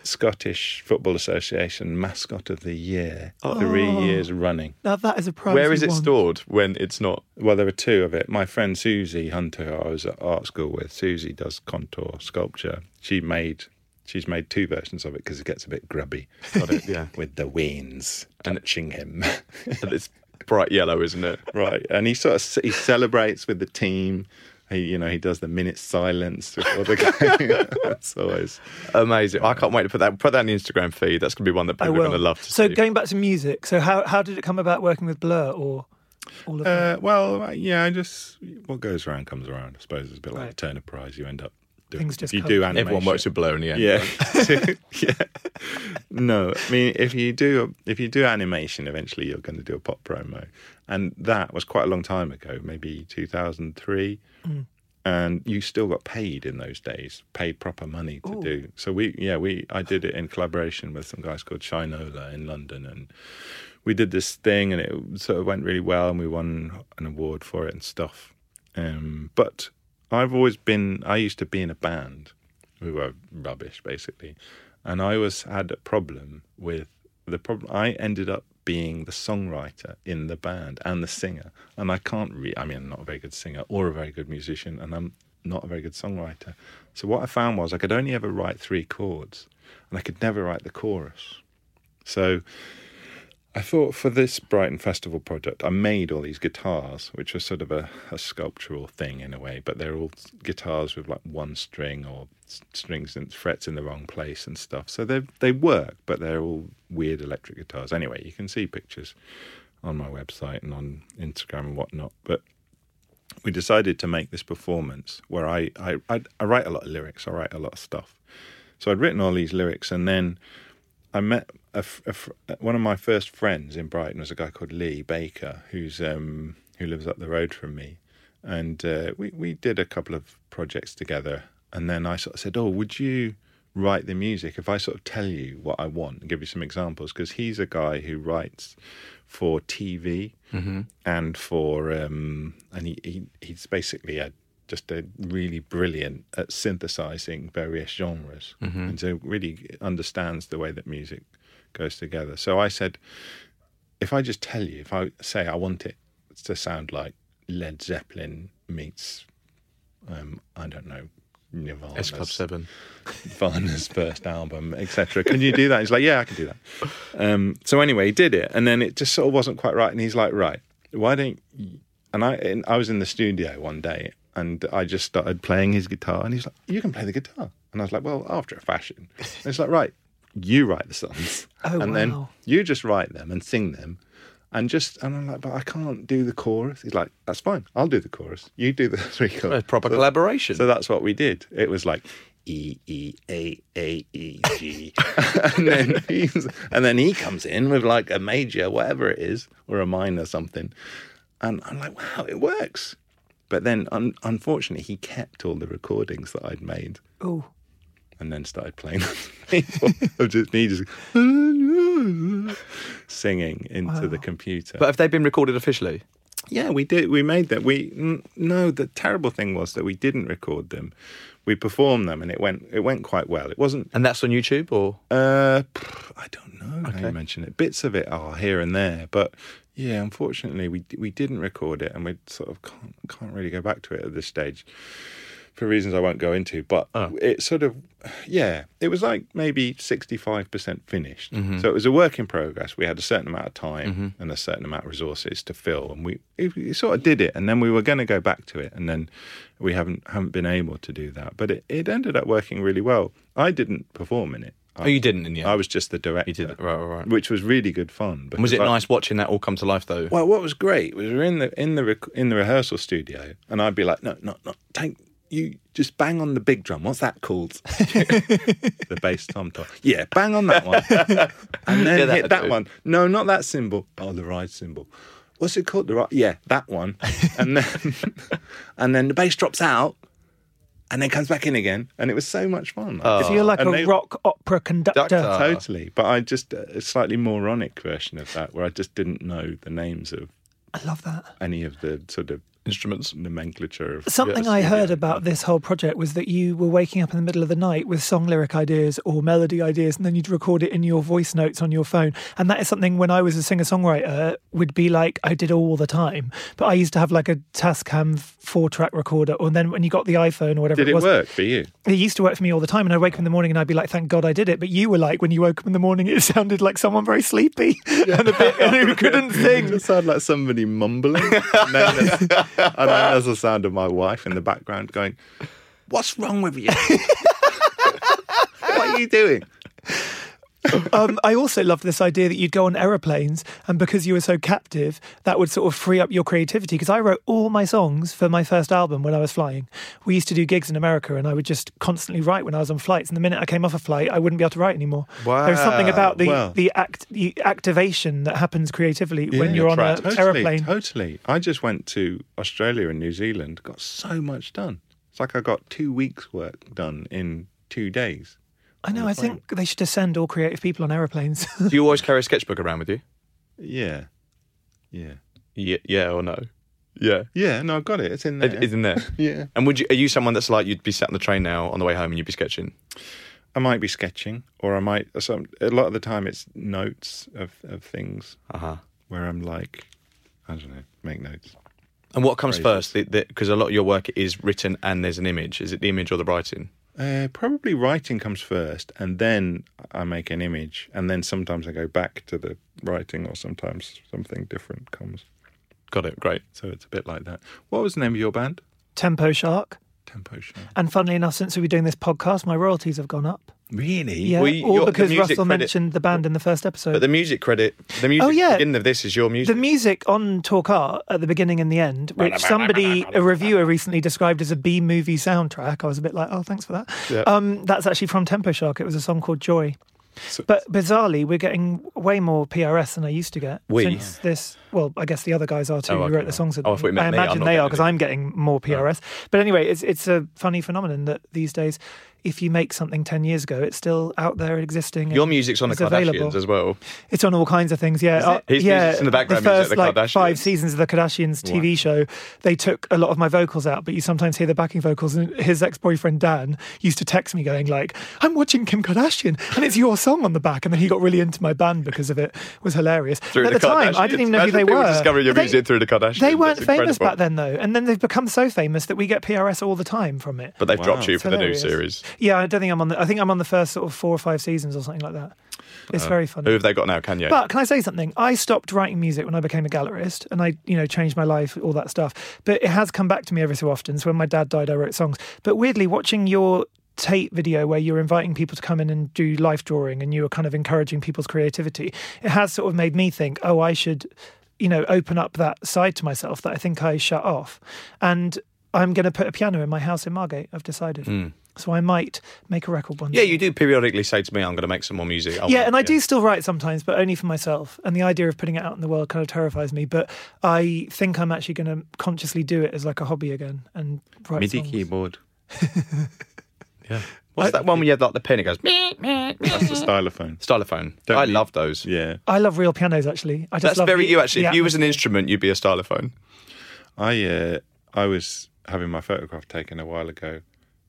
Scottish Football Association mascot of the year three years running. now that is a prize. Where you is it won. stored when it's not? Well, there were two of it. My friend Susie Hunter, who I was at art school with, Susie does contour sculpture. She made she's made two versions of it because it gets a bit grubby. Got uh, it, yeah. with the wings touching him. And it's bright yellow, isn't it? right, and he sort of he celebrates with the team. He, you know, he does the minute silence before the game. That's always Amazing. I can't wait to put that put that on the Instagram feed. That's gonna be one that I people are will. gonna love to so see. going back to music, so how how did it come about working with Blur or all of that? Uh, well, yeah, I just what goes around comes around. I suppose it's a bit like Right. the Turner Prize. You end up doing Things just you come- do animation. Everyone works with Blur in the end. yeah, yeah. no, I mean if you do if you do animation, eventually you're going to do a pop promo, and that was quite a long time ago, maybe 2003, and you still got paid in those days, paid proper money to do. So we, yeah, we I did it in collaboration with some guys called Shinola in London, and we did this thing, and it sort of went really well, and we won an award for it and stuff. Um, but I've always been. I used to be in a band. We were rubbish, basically, and I always had a problem with the problem. I ended up being the songwriter in the band and the singer, and I can't. Re- I mean, I'm not a very good singer or a very good musician, and I'm not a very good songwriter. So what I found was I could only ever write three chords, and I could never write the chorus. So I thought for this Brighton Festival project, I made all these guitars, which was sort of a, a sculptural thing in a way, but they're all guitars with like one string or s- strings and frets in the wrong place and stuff. So they they work, but they're all weird electric guitars. Anyway, you can see pictures on my website and on Instagram and whatnot. But we decided to make this performance where I I, I, I write a lot of lyrics, I write a lot of stuff. So I'd written all these lyrics, and then I met a f a f one of my first friends in Brighton was a guy called Lee Baker, who's um, who lives up the road from me, and uh, we we did a couple of projects together. And then I sort of said, "Oh, would you write the music if I sort of tell you what I want and give you some examples?" Because he's a guy who writes for TV and for um, and he, he he's basically a just a really brilliant at synthesizing various genres Mm-hmm. and so really understands the way that music goes together. So I said, if I just tell you, if I say I want it to sound like Led Zeppelin meets, um, I don't know, Nirvana. S Club 7. Varner's first album, etc. Can you do that? He's like, yeah, I can do that. Um, so anyway, he did it, and then it just sort of wasn't quite right. And he's like, right, why don't? You? And I, and I was in the studio one day, and I just started playing his guitar, and he's like, you can play the guitar, and I was like, well, after a fashion. And he's like, right, you write the songs, Oh, and then wow. you just write them and sing them. And just and I'm like, but I can't do the chorus. He's like, that's fine. I'll do the chorus. You do the three chorus. A proper collaboration. So that's what we did. It was like E E A A E G, and then he's, and then he comes in with like a major, whatever it is, or a minor something, and I'm like, wow, it works. But then, un- unfortunately, he kept all the recordings that I'd made Oh, and then started playing people of just me just singing into the computer. But have they been recorded officially? Yeah, we did. We made them. We n- no. The terrible thing was that we didn't record them. We performed them, and it went. It went quite well. It wasn't. And that's on YouTube or? Uh, pff, I don't know. How you mention it. Bits of it are here and there, but yeah, unfortunately, we we didn't record it, and we sort of can't can't really go back to it at this stage for reasons I won't go into. But it sort of, yeah, it was like maybe sixty five percent finished. So it was a work in progress. We had a certain amount of time and a certain amount of resources to fill, and we it, we sort of did it. And then we were going to go back to it, and then we haven't haven't been able to do that. But it, it ended up working really well. I didn't perform in it. I, Oh, you didn't in the end? I was just the director. did it. Right, right, right. Which was really good fun. was it because I- nice watching that all come to life though? well, what was great was we were in the in the rec- in the rehearsal studio, and I'd be like, "No, no, no, take you just bang on the big drum. What's that called? the bass tom tom. Yeah, bang on that one, and then Yeah, that'll hit that do. one. No, not that symbol. Oh, the ride symbol. What's it called? The ride. Yeah, that one. And then and then the bass drops out, and then comes back in again, and it was so much fun. Oh, so you're like And a they- rock opera conductor. Uh, Conductor. Ah. Totally, but I just a slightly moronic version of that, where I just didn't know the names of I love that. any of the sort of Instruments. nomenclature of Something I heard about this whole project was that you were waking up in the middle of the night with song lyric ideas or melody ideas, and then you'd record it in your voice notes on your phone. And that is something when I was a singer songwriter would be like I did all the time. But I used to have like a Tascam four track recorder, and then when you got the iPhone or whatever Did it it was, work for you? it used to work for me all the time. And I'd wake up in the morning and I'd be like, thank God I did it. But you were like, when you woke up in the morning, it sounded like someone very sleepy and a bit and who couldn't It sing. just sounded like somebody mumbling. and then there's, and then there's the sound of my wife in the background going, What's wrong with you? what are you doing? Um, I also loved this idea that you'd go on aeroplanes, and because you were so captive, that would sort of free up your creativity. Because I wrote all my songs for my first album when I was flying. We used to do gigs in America, and I would just constantly write when I was on flights. And the minute I came off a flight, I wouldn't be able to write anymore. There was something Wow, about the wow. the act the activation that happens creatively when Yeah. you're on an trapped. totally, aeroplane. Totally. I just went to Australia and New Zealand, got so much done. It's like I got two weeks' work done in two days. I know. I think they should just send all creative people on aeroplanes. Do you always carry a sketchbook around with you? Yeah. Yeah. Yeah, yeah or no? Yeah. Yeah, no, I've got it. It's in there. It- It's in there. Yeah. And would you? Are you someone that's like you'd be sat on the train now on the way home and you'd be sketching? I might be sketching, or I might. Some, a lot of the time, it's notes of, of things Uh huh. where I'm like, I don't know, make notes. And what comes Phrases. first? Because a lot of your work is written and there's an image. Is it the image or the writing? Uh, probably writing comes first, and then I make an image, and then sometimes I go back to the writing, or sometimes something different comes. Got it. Great. So it's a bit like that. What was the name of your band? Tempo Shark. Tempo Show. And funnily enough, since we've been doing this podcast, my royalties have gone up. Really? Yeah, Well, you- all your- the because music Russell credit- mentioned the band in the first episode. But the music credit, the music Oh, yeah. beginning of this is your the music. music on Talk Art at the beginning and the end, which somebody, a reviewer recently described as a B movie soundtrack. I was a bit like, oh, thanks for that. Um, that's actually from Tempo Shark. It was a song called Joy. but bizarrely, we're getting way more PRS than I used to get. We? Since this, well, I guess the other guys are too, Oh, who okay, wrote the right. songs. with Oh, I them. thought you meant I me. I'm imagine not they are, getting Oh. because it. I'm getting more PRS. But anyway, it's, it's a funny phenomenon that these days, if you make something 10 years ago, it's still out there existing. Your and music's on the it's Kardashians available. as well. It's on all kinds of things, yeah. Uh, His yeah, music's in the background The music, first the like Kardashians. five seasons of the Kardashians TV show, they took a lot of my vocals out, but you sometimes hear the backing vocals. And his ex-boyfriend Dan used to text me going like, "I'm watching Kim Kardashian, and it's your song on the back." And then he got really into my band because of it. It was hilarious. Through But at the the, time, I Kardashians. didn't even know who Imagine they people were. discovering your But music through the Kardashians. They weren't That's famous incredible. back then though, and then they've become so famous that we get PRS all the time from it. But they've dropped you It's for the new hilarious. series. Yeah, I don't think I'm on. The, I think I'm on the first sort of four or five seasons or something like that. It's Uh, very funny. Who have they got now? Kanye. But can I say something? I stopped writing music when I became a gallerist and I, you know, changed my life, all that stuff. But it has come back to me every so often. So when my dad died, I wrote songs. But weirdly, watching your tape video where you're inviting people to come in and do life drawing and you were kind of encouraging people's creativity, it has sort of made me think, oh, I should, you know, open up that side to myself that I think I shut off. And I'm going to put a piano in my house in Margate, I've decided. So I might make a record one Hmm. yeah, day. you do periodically say to me, "I'm going to make some more music." I Yeah, want- and I do still write sometimes, but only for myself. And the idea of putting it out in the world kind of terrifies me. But I think I'm actually going to consciously do it as like a hobby again and write MIDI songs. keyboard. What's that one where you have like the pen? It goes "Meep." That's the stylophone. stylophone. Don't I you- love those. Yeah. I love real pianos actually. I just That's love very the- you, actually. the if you was an atmosphere. instrument, you'd be a stylophone. I uh, I was having my photograph taken a while ago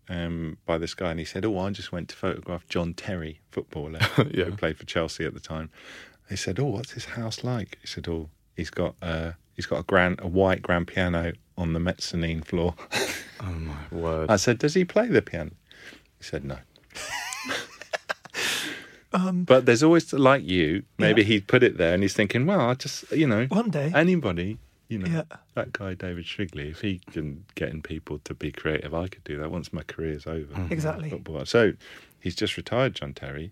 um, by this guy, and he said, "Oh, I just went to photograph John Terry, footballer, who played for Chelsea at the time." He said, "Oh, what's his house like?" He said, "Oh, he's got uh, he's got a grand a white grand piano on the mezzanine floor." Word. I said, "Does he play the piano?" He said, "No." but there's always like you. Maybe he put it there, and he's thinking, "Well, I just you know One day. anybody." You know, Eh? Yeah. that guy David Shrigley, if he can getting people to be creative, I could do that once my career's over. Mm. Exactly. Football. So he's just retired, John Terry.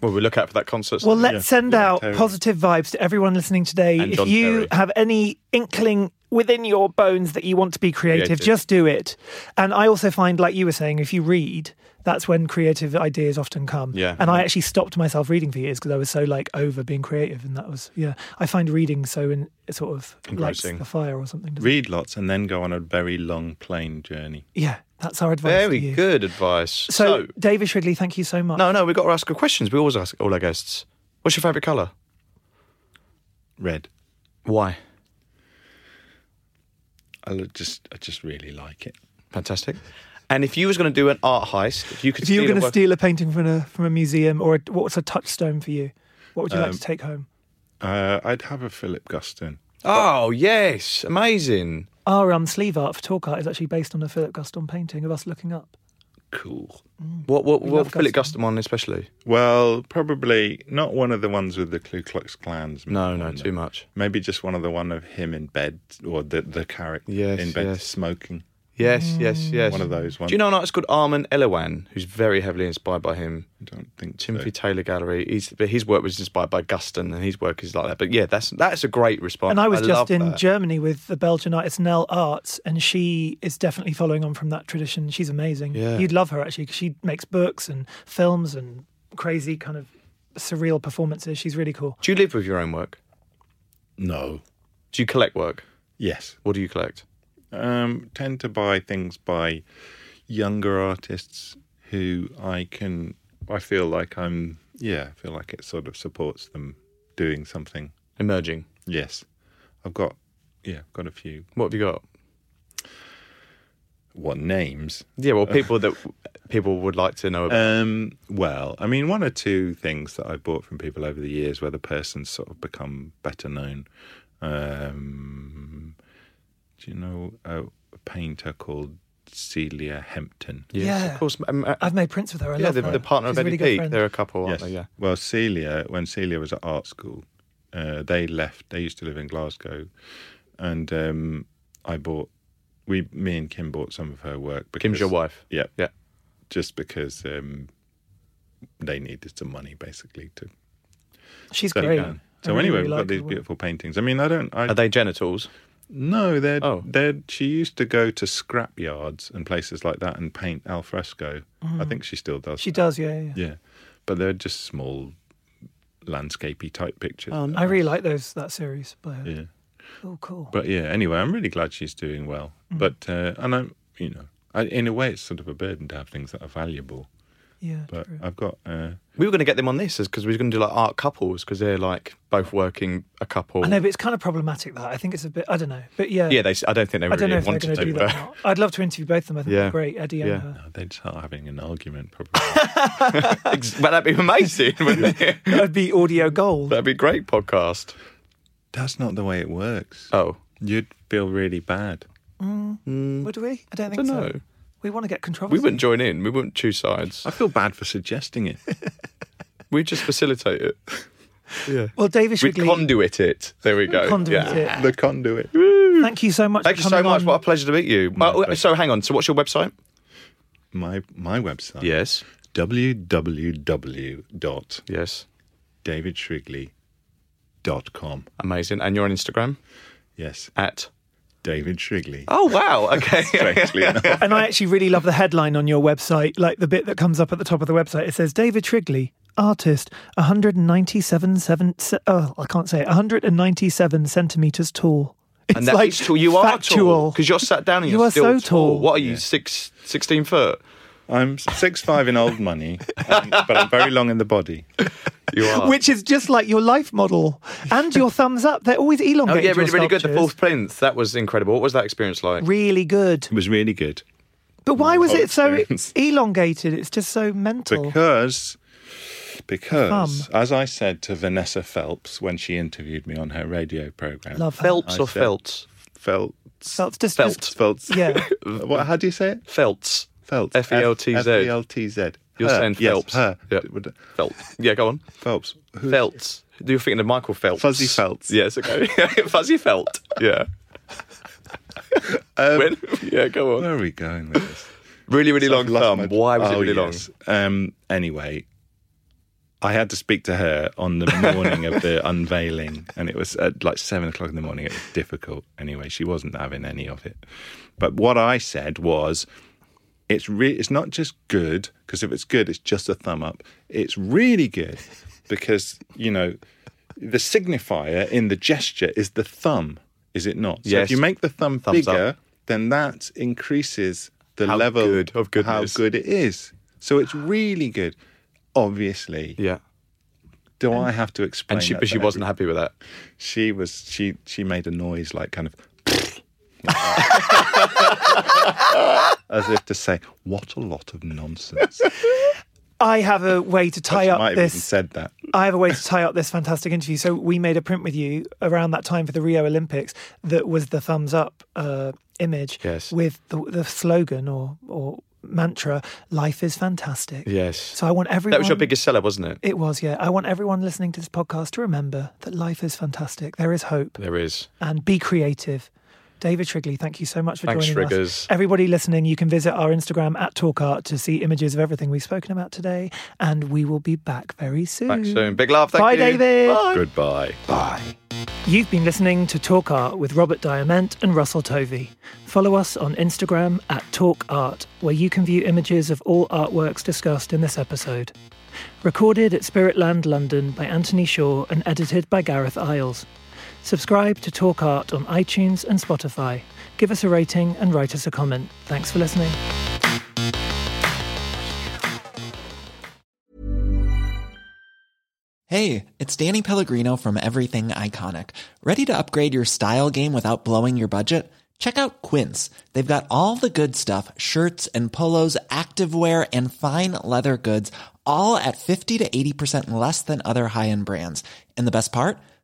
Well, we look out for that concert. Well, let's send Yeah, out totally. positive vibes to everyone listening today. And if John you Terry. have any inkling within your bones that you want to be creative, Creative. just do it. And I also find, like you were saying, if you read, that's when creative ideas often come. Yeah. And I actually stopped myself reading for years because I was so like over being creative, and that was yeah. I find reading so in it sort of lights Engrossing. the fire or something. doesn't it? Read lots and then go on a very long plane journey. yeah, that's our advice. to very you. good advice. So, So, David Shridley, thank you so much. no, no, we've got to ask good questions. We always ask all our guests. What's your favourite colour? Red. Why? I lo- just I just really like it. Fantastic. And if you was going to do an art heist, if you could If you were steal going a to work- steal a painting from a from a museum, or a, what's a touchstone for you? What would you like Um, to take home? Uh, I'd have a Philip Guston. Oh yes, amazing. Our um, sleeve art for Talk Art is actually based on a Philip Guston painting of us looking up. Cool. What what We what love Philip Guston. Guston on especially? Well, probably not one of the ones with the Ku Klux Klans. No, no, too much. Maybe just one of the one of him in bed or the the character Yes, in bed yes. smoking. Yes, yes, Mm. yes. One of those ones. Do you know an artist called Armin Elawan, who's very heavily inspired by him? I don't think Timothy Taylor Gallery. He's, but his work was inspired by Guston, and his work is like that. But yeah, that's that's a great response. And I was Oh, love just in that. Germany with the Belgian artist Nell Arts, and she is definitely following on from that tradition. She's amazing. Yeah. You'd love her actually because she makes books and films and crazy kind of surreal performances. She's really cool. Do you live with your own work? No. Do you collect work? Yes. What do you collect? Um, tend to buy things by younger artists who I can. I feel like I'm. Yeah, I feel like it sort of supports them doing something. Emerging. Yes, I've got. Yeah, I've got a few. What have you got? What names? Yeah, well, people that people would like to Uh, know about. Um, well, I mean, one or two things that I bought from people over the years where the person's sort of become better known. Um, do you know a painter called Celia Hempton? Yes, yeah. of course. um, uh, I've made prints with her. I yeah, love the, her. the partner She's of Eddie really good Peak. friend. They're a couple, aren't they? Yeah. Well, Celia, when Celia was at art school, uh, they left. They used to live in Glasgow, and um, I bought. We, me and Kim bought some of her work. Because, Kim's your wife. Yeah, Yeah. just because um, they needed some money basically to She's so, great. yeah. I So really, anyway, really we've like got these her work. beautiful paintings. I mean, I don't. I, Are they genitals? no, they're Oh. they're. She used to go to scrap yards and places like that and paint al fresco. I think she still does. Uh-huh. She that. does, yeah, yeah. yeah. Yeah, but they're just small, landscapey type pictures. Oh, I really like those that series by her. Yeah, Oh, cool. but yeah. Anyway, I'm really glad she's doing well. But uh, and I'm, you know, I, in a way, it's sort of a burden to have things that are valuable. yeah, But true. I've got. Uh, We were going to get them on this because we were going to do like art couples because they're like both working a couple. I know, but it's kind of problematic that I think it's a bit. I don't know, but yeah, Yeah, they. s- I don't think they I don't really know if they're wanted going to do that. Or but not. I'd love to interview both of them. I think Yeah. they're great, Eddie Yeah. and uh, her. no, they'd start having an argument probably. Well, that'd be amazing, wouldn't it? That'd be audio gold. That'd be a great podcast. That's not the way it works. Oh, You'd feel really bad. Would we? I don't think Dunno. so. We want to get controversy. we wouldn't join in. We wouldn't choose sides. I feel bad for suggesting it. We'd just facilitate it. Yeah. Well, David We'd Shigley, conduit it. There we go. Conduit yeah. it. the conduit. thank you so much. Thank for you so coming much. on. What a pleasure to meet you. My Oh, oh, pleasure. so, hang on. So, what's your website? My my website. Yes. www.davidshigley.com. Yes. Amazing. And you're on Instagram Yes, at. David Shrigley. Oh, wow. Okay. Strangely enough. And I actually really love the headline on your website, like the bit that comes up at the top of the website. It says David Trigley, artist, 197 seven, se- oh, I can't say it, 197 centimeters tall. It's and that's like tall. You are factual. Because you're sat down and You you're are still so tall. What are you, six, 16 foot? I'm six five in old money, um, but I'm very long in the body. You are. Which is just like your life model and your thumbs up. They're always Oh, elongated. yeah, really, your really good. The sculptures. fourth plinth. That was incredible. What was that experience like? Really good. It was really good But why was whole it so experience. elongated? It's just so mental. because because as I said to Vanessa Phelps when she interviewed me on her radio program, Love her. Phelps I or said- Felts? Phelps Felt just, Felt. just- Phelps. yeah. What? How do you say it? Felts. Felt. F E L T Z. F E L T Z. You're Her. saying Yes, Phelps. her. Yeah. Would- Phelps. Yeah, go on. Phelps. Who- Felts. You're thinking of Michael Phelps. Fuzzy Felts. Yes, okay. Fuzzy Felt. Yeah. when? Yeah, go on. Where are we going with this? Really, really long I've lost thumb. my- Why was it Oh, really yes. Um, anyway, I had to speak to her on the morning of the unveiling, and it was at like seven o'clock in the morning. It was difficult. Anyway, she wasn't having any of it. But what I said was, it's re- it's not just good because if it's good, it's just a thumb up. It's really good because you know the signifier in the gesture is the thumb, is it not? So Yes. if you make the thumb Thumbs up. bigger, then that increases the How level good of goodness. how good it is. So it's really good. Obviously, long? Yeah. do I have to explain? And she, that but she to wasn't happy with that. every- She was. She she made a noise like kind of. As if to say, what a lot of nonsense. I have a way to tie she up might have even this. said that. I have a way to tie up this fantastic interview. So we made a print with you around that time for the Rio Olympics that was the thumbs up uh, image Yes. with the, the slogan or or mantra "Life is fantastic." Yes. So I want everyone. That was your Um, biggest seller, wasn't it? It was, yeah. I want everyone listening to this podcast to remember that life is fantastic. There is hope, There is. and be creative. David Shrigley, thank you so much for Thanks, joining us. Shriggers. Everybody listening, you can visit our Instagram at TalkArt to see images of everything we've spoken about today. And we will be back very soon. Back soon. Big love. Thank Bye, you. David. Bye. Goodbye. Bye. You've been listening to Talk Art with Robert Diamant and Russell Tovey. Follow us on Instagram at Talk Art, where you can view images of all artworks discussed in this episode. Recorded at Spiritland London by Anthony Shaw and edited by Gareth Isles. Subscribe to Talk Art on iTunes and Spotify. Give us a rating and write us a comment. Thanks for listening. Hey, it's Danny Pellegrino from Everything Iconic. Ready to upgrade your style game without blowing your budget? Check out Quince. They've got all the good stuff shirts and polos, activewear, and fine leather goods, all at 50 to 80% less than other high end brands. And the best part?